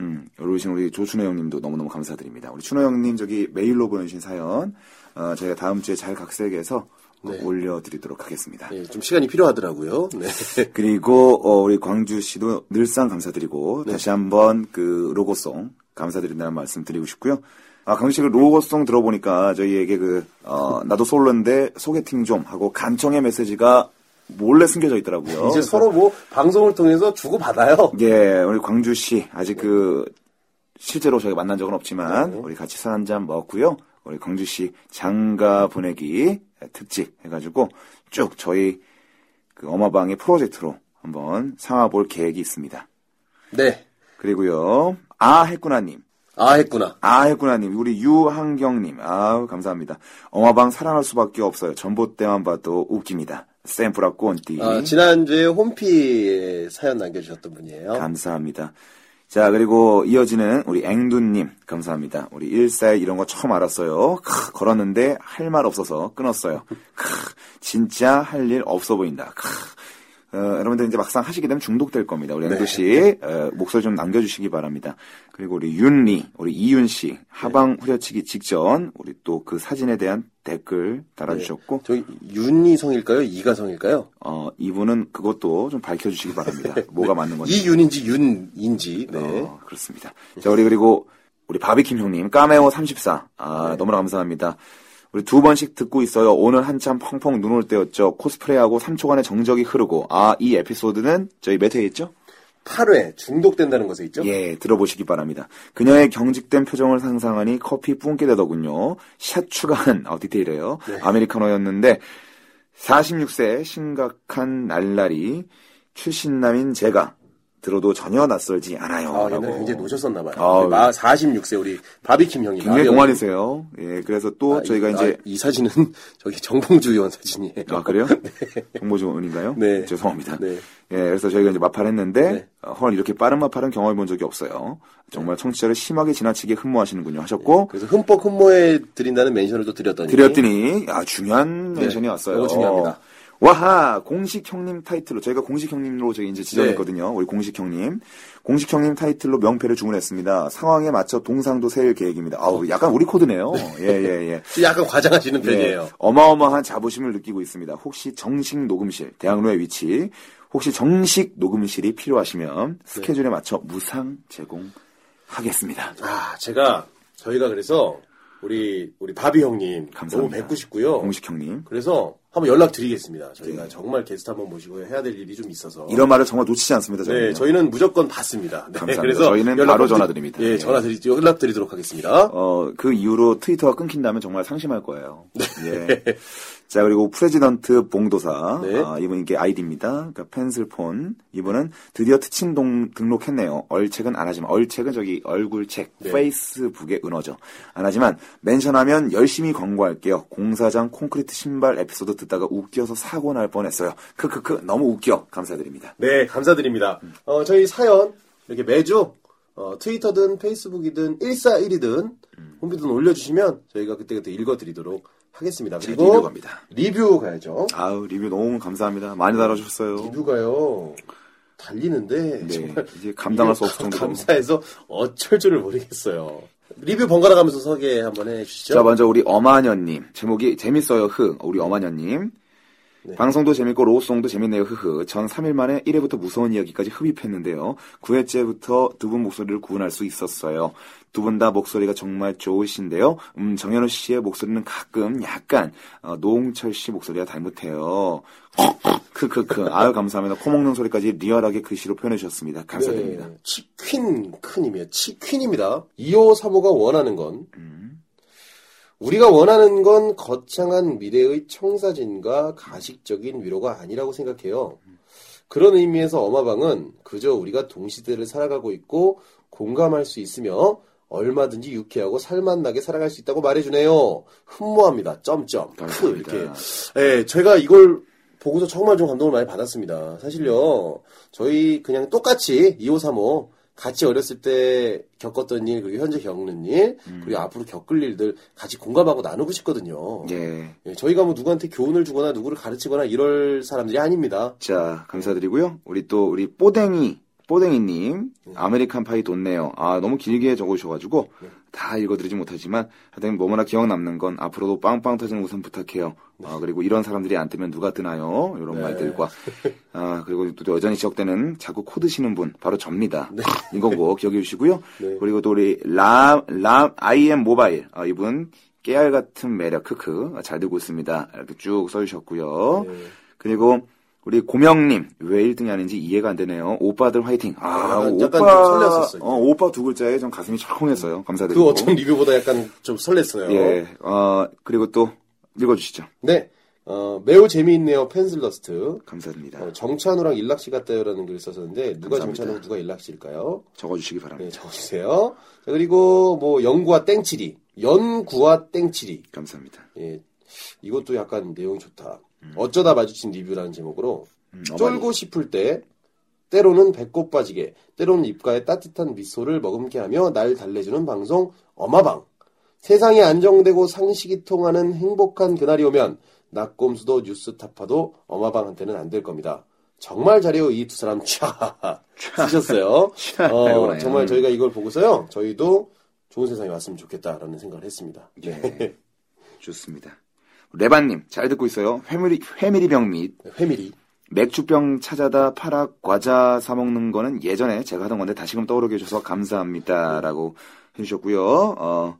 음, 올려주신 우리 조춘호 형님도 너무너무 감사드립니다. 우리 춘호 형님 저기 메일로 보내주신 사연, 어, 저희가 다음 주에 잘 각색해서
네.
올려드리도록 하겠습니다.
예, 좀 시간이 필요하더라고요. 네.
그리고 어, 우리 광주 씨도 늘상 감사드리고
네.
다시 한번 그 로고송 감사드린다는 말씀 드리고 싶고요. 아 광주 씨그 로고송 들어보니까 저희에게 그 어, 나도 솔로인데 소개팅 좀 하고 간청의 메시지가 몰래 숨겨져 있더라고요.
이제 서로 뭐 방송을 통해서 주고받아요.
예 우리 광주 씨 아직 그 실제로 저희가 만난 적은 없지만 우리 같이 술 한잔 먹고요. 우리 광주 씨 장가 보내기 특집 해가지고 쭉 저희 그 어마방의 프로젝트로 한번 삼아볼 계획이 있습니다.
네.
그리고요. 아 했구나님.
아, 했구나.
아 했구나님. 우리 유한경님. 아우 감사합니다. 어마방 사랑할 수밖에 없어요. 전봇대만 봐도 웃깁니다. 샘프라 꼰띠.
아, 지난주에 홈피에 사연 남겨주셨던 분이에요.
감사합니다. 자, 그리고 이어지는 우리 앵두님, 감사합니다. 우리 일살 이런 거 처음 알았어요. 크, 걸었는데 할 말 없어서 끊었어요. 크, 진짜 할 일 없어 보인다. 크. 어, 여러분들 이제 막상 하시게 되면 중독될 겁니다.
네.
우리 앵두 씨, 어, 목소리 좀 남겨주시기 바랍니다. 그리고 우리 윤리, 우리 이윤 씨,
네.
하방 후려치기 직전, 우리 또 그 사진에 대한 댓글 달아주셨고,
네. 저기 윤이 성일까요? 이가 성일까요?
어, 이분은 그것도 좀 밝혀주시기
*laughs*
바랍니다. 뭐가 맞는 건지.
네. 이윤인지 윤인지. 네.
어, 그렇습니다. 자, 우리 그리고 우리 바비킴 형님, 까메오 34.
네.
아, 너무나 감사합니다. 우리 두 번씩 듣고 있어요. 오늘 한참 펑펑 눈 올 때였죠. 코스프레하고 3초간의 정적이 흐르고. 아, 이 에피소드는 저희 몇 회에 있죠?
8회 중독된다는 것에 있죠?
예, 들어보시기 바랍니다. 그녀의 경직된 표정을 상상하니 커피 뿜게 되더군요. 샷 추가한, 어, 디테일이에요.
네.
아메리카노였는데, 46세 심각한 날라리 출신남인 제가 들어도 전혀 낯설지 않아요.
아, 옛날에
라고.
굉장히 노셨었나 봐요.
아,
우리 마 46세 우리 바비킴 형님.
굉장히
아베
동안이세요. 예, 그래서 또
형님.
저희가
아, 이-
이제
아, 이 사진은 *laughs* 저기 정봉주 의원 사진이에요. *laughs*
아 그래요? 정보지원인가요?
네.
죄송합니다.
네.
예, 그래서 저희가 이제 마팔했는데
네.
어, 헐 이렇게 빠른 마팔은 경험해 본 적이 없어요. 정말 청취자를 심하게 지나치게 흠모하시는군요. 하셨고
그래서 흠뻑 흠모해 드린다는 멘션을 또 드렸더니
드렸더니 아 중요한 멘션이 왔어요.
이거 네. 중요합니다.
와하 공식 형님 타이틀로 저희가 공식 형님으로 저희 이제 지정했거든요.
네.
우리 공식 형님, 공식 형님 타이틀로 명패를 주문했습니다. 상황에 맞춰 동상도 세일 계획입니다. 아우
어.
약간 우리
*laughs*
코드네요. 예 예, 예.
약간 과장하시는
네,
편이에요.
어마어마한 자부심을 느끼고 있습니다. 혹시 정식 녹음실, 대학로의 위치, 혹시 정식 녹음실이 필요하시면 스케줄에 맞춰 무상 제공하겠습니다.
아, 제가 저희가 그래서 우리 우리 바비 형님
감사합니다.
너무 뵙고 싶고요.
공식 형님.
그래서 한번 연락드리겠습니다. 저희가 정말 게스트 한번 모시고 해야 될 일이 좀 있어서
이런 말을 정말 놓치지 않습니다. 저희는.
네, 저희는 무조건 받습니다. 네,
감사합니다.
그래서
저희는
연락
바로
드리-
전화드립니다.
예,
예.
전화드리 연락드리도록 하겠습니다.
어, 그 이후로 트위터가 끊긴다면 정말 상심할 거예요.
네.
예. 자, 그리고 프레지던트 봉도사.
네.
아, 이분 이게 아이디입니다. 그러니까 펜슬폰. 이분은 드디어 특침 동, 등록했네요. 얼책은 안 하지만, 얼책은 저기 얼굴책,
네.
페이스북의 은어죠. 안 하지만, 멘션하면 열심히 광고할게요. 공사장 콘크리트 신발 에피소드 듣다가 웃겨서 사고 날 뻔했어요. 크크크, 너무 웃겨. 감사드립니다.
네, 감사드립니다. 어, 저희 사연 이렇게 매주 어, 트위터든 페이스북이든 141이든
음.
홈피든 올려주시면 저희가 그때그때 읽어드리도록 하겠습니다. 그리고
리뷰 갑니다.
리뷰 가야죠.
아우, 리뷰 너무 감사합니다. 많이 달아주셨어요.
리뷰가요. 달리는데
네,
정말
이제 감당할 수
리뷰가
없을 정도로.
감사해서 어쩔 줄을 모르겠어요. 리뷰 번갈아 가면서 소개 한번 해주시죠.
자, 먼저 우리 어마녀님. 제목이 재밌어요, 흥. 우리 어마녀님.
네.
방송도 재밌고 로우송도 재밌네요, 흐흐. 전 3일 만에 1회부터 무서운 이야기까지 흡입했는데요. 9회째부터 두 분 목소리를 구분할 수 있었어요. 두 분 다 목소리가 정말 좋으신데요. 음, 정현우 씨의 목소리는 가끔 약간 어, 노홍철 씨 목소리가 닮으태요. 크크크. 아유, 감사합니다. 코 먹는 소리까지 리얼하게 글씨로 표현해 주셨습니다. 감사드립니다.
네, 치퀸 큰이에요. 치퀸입니다. 2535가 원하는 건
음,
우리가 원하는 건 거창한 미래의 청사진과 가식적인 위로가 아니라고 생각해요. 그런 의미에서 어마방은 그저 우리가 동시대를 살아가고 있고 공감할 수 있으며 얼마든지 유쾌하고 살맛나게 살아갈 수 있다고 말해주네요. 흠모합니다. 점점. 크
감사합니다.
이렇게 예, 제가 이걸 보고서 정말 좀 감동을 많이 받았습니다. 사실요, 저희 그냥 똑같이 2535 같이 어렸을 때 겪었던 일, 그리고 현재 겪는 일,
음.
그리고 앞으로 겪을 일들 같이 공감하고 나누고 싶거든요.
예.
예, 저희가 뭐 누구한테 교훈을 주거나 누구를 가르치거나 이럴 사람들이 아닙니다.
자, 감사드리고요. 우리 또 우리 뽀댕이 뽀댕이님 아메리칸 파이 돋네요. 아 너무 길게 적으셔가지고 다 읽어드리지 못하지만 하여튼 뭐뭐나 기억 남는 건 앞으로도 빵빵 터지는 우선 부탁해요. 아 그리고 이런 사람들이 안 뜨면 누가 뜨나요? 이런 말들과 아 그리고 또 여전히 지적되는 자꾸 코 드시는 분 바로 접니다. 이거 꼭 기억해 주시고요. 그리고 또 우리 람람 IM 모바일 아, 이분 깨알 같은 매력 크크 아, 잘 들고 있습니다. 이렇게 쭉 써주셨고요. 그리고 우리 고명님 왜 1등이 아닌지 이해가 안 되네요. 오빠들 화이팅. 아
약간-
오빠
약간 좀 설렜었어요.
어, 오빠 두 글자에 좀 가슴이 철컹했어요. 감사드리고.
그 어떤 리뷰보다 약간 좀 설렜어요.
예. 어 그리고 또 읽어주시죠.
네, 어, 매우 재미있네요. 펜슬러스트.
감사드립니다.
어, 정찬우랑 일락씨 같다요라는 글을 썼었는데 누가
감사합니다.
정찬우고 누가 일락씨일까요?
적어주시기 바랍니다.
네, 적어주세요. 자, 그리고 뭐 연구와 땡치리, 연구와 땡치리.
감사합니다.
예, 이것도 약간 내용이 좋다.
음.
어쩌다 마주친 리뷰라는 제목으로 쫄고 싶을 때 때로는 배꼽 빠지게, 때로는 입가에 따뜻한 미소를 머금게 하며 날 달래주는 방송 어마방. 세상이 안정되고 상식이 통하는 행복한 그날이 오면 낙곰수도 뉴스타파도 어마방한테는 안 될 겁니다. 정말 잘해요 이 두 사람 *laughs* 촤 쓰셨어요. 어,
이거네요. 음.
정말 저희가 이걸 보고서요 저희도 좋은 세상이 왔으면 좋겠다라는 생각을 했습니다.
예. 좋습니다. 레반님 잘 듣고 있어요. 회밀이 회밀이병 및
네, 회밀이.
맥주병 찾아다 팔아 과자 사 먹는 거는 예전에 제가 하던 건데 다시금 떠오르게 해줘서 감사합니다라고 해주셨고요. 어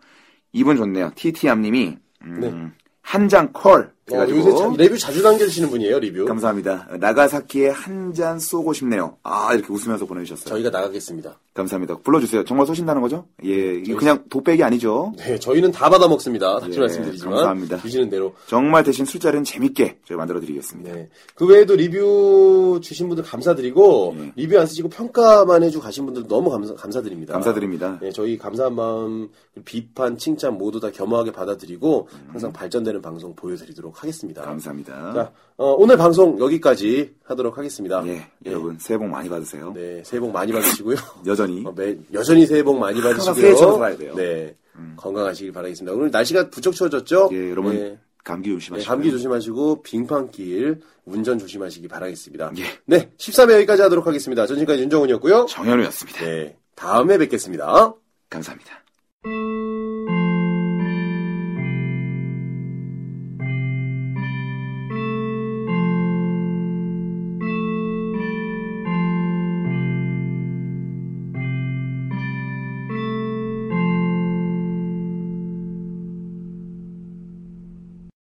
이분 좋네요. 티티암님이 음, 한 장 콜
네. 어,
해가지고
요새 참 레뷰 자주 남겨주시는 분이에요 리뷰.
감사합니다. 나가사키에 한 잔 쏘고 싶네요. 아 이렇게 웃으면서 보내주셨어요.
저희가 나가겠습니다.
감사합니다. 불러주세요. 정말 쏘신다는 거죠? 예, 이거 그냥 독백이 아니죠.
네, 저희는 다 받아 먹습니다. 다시
예,
말씀드리지만
감사합니다.
주시는 대로.
정말 대신 술자리는 재밌게 저희 만들어드리겠습니다.
네. 그 외에도 리뷰 주신 분들 감사드리고
음.
리뷰 안 쓰시고 평가만 해주고 가신 분들 너무 감사, 감사드립니다.
감사드립니다.
네, 저희 감사한 마음, 비판, 칭찬 모두 다 겸허하게 받아들이고 항상 발전되는 방송 보여드리도록 하겠습니다.
음. 감사합니다.
자, 어, 오늘 방송 여기까지 하도록 하겠습니다.
예, 여러분 새해 복 많이 받으세요.
네, 새해 복 많이 받으시고요.
여전히
어, 매- 여전히 새해 복 많이
새해처럼
받으시고요.
살아야 돼요. 음.
네. 건강하시길 바라겠습니다. 오늘 날씨가 부쩍 추워졌죠?
예, 여러분
네.
감기
네,
조심하시고요.
감기 조심하시고 빙판길 운전 조심하시기 바라겠습니다.
예.
네, 13회 여기까지 하도록 하겠습니다. 전 지금까지 윤정훈이었고요.
정현우였습니다.
네, 다음에 뵙겠습니다.
감사합니다.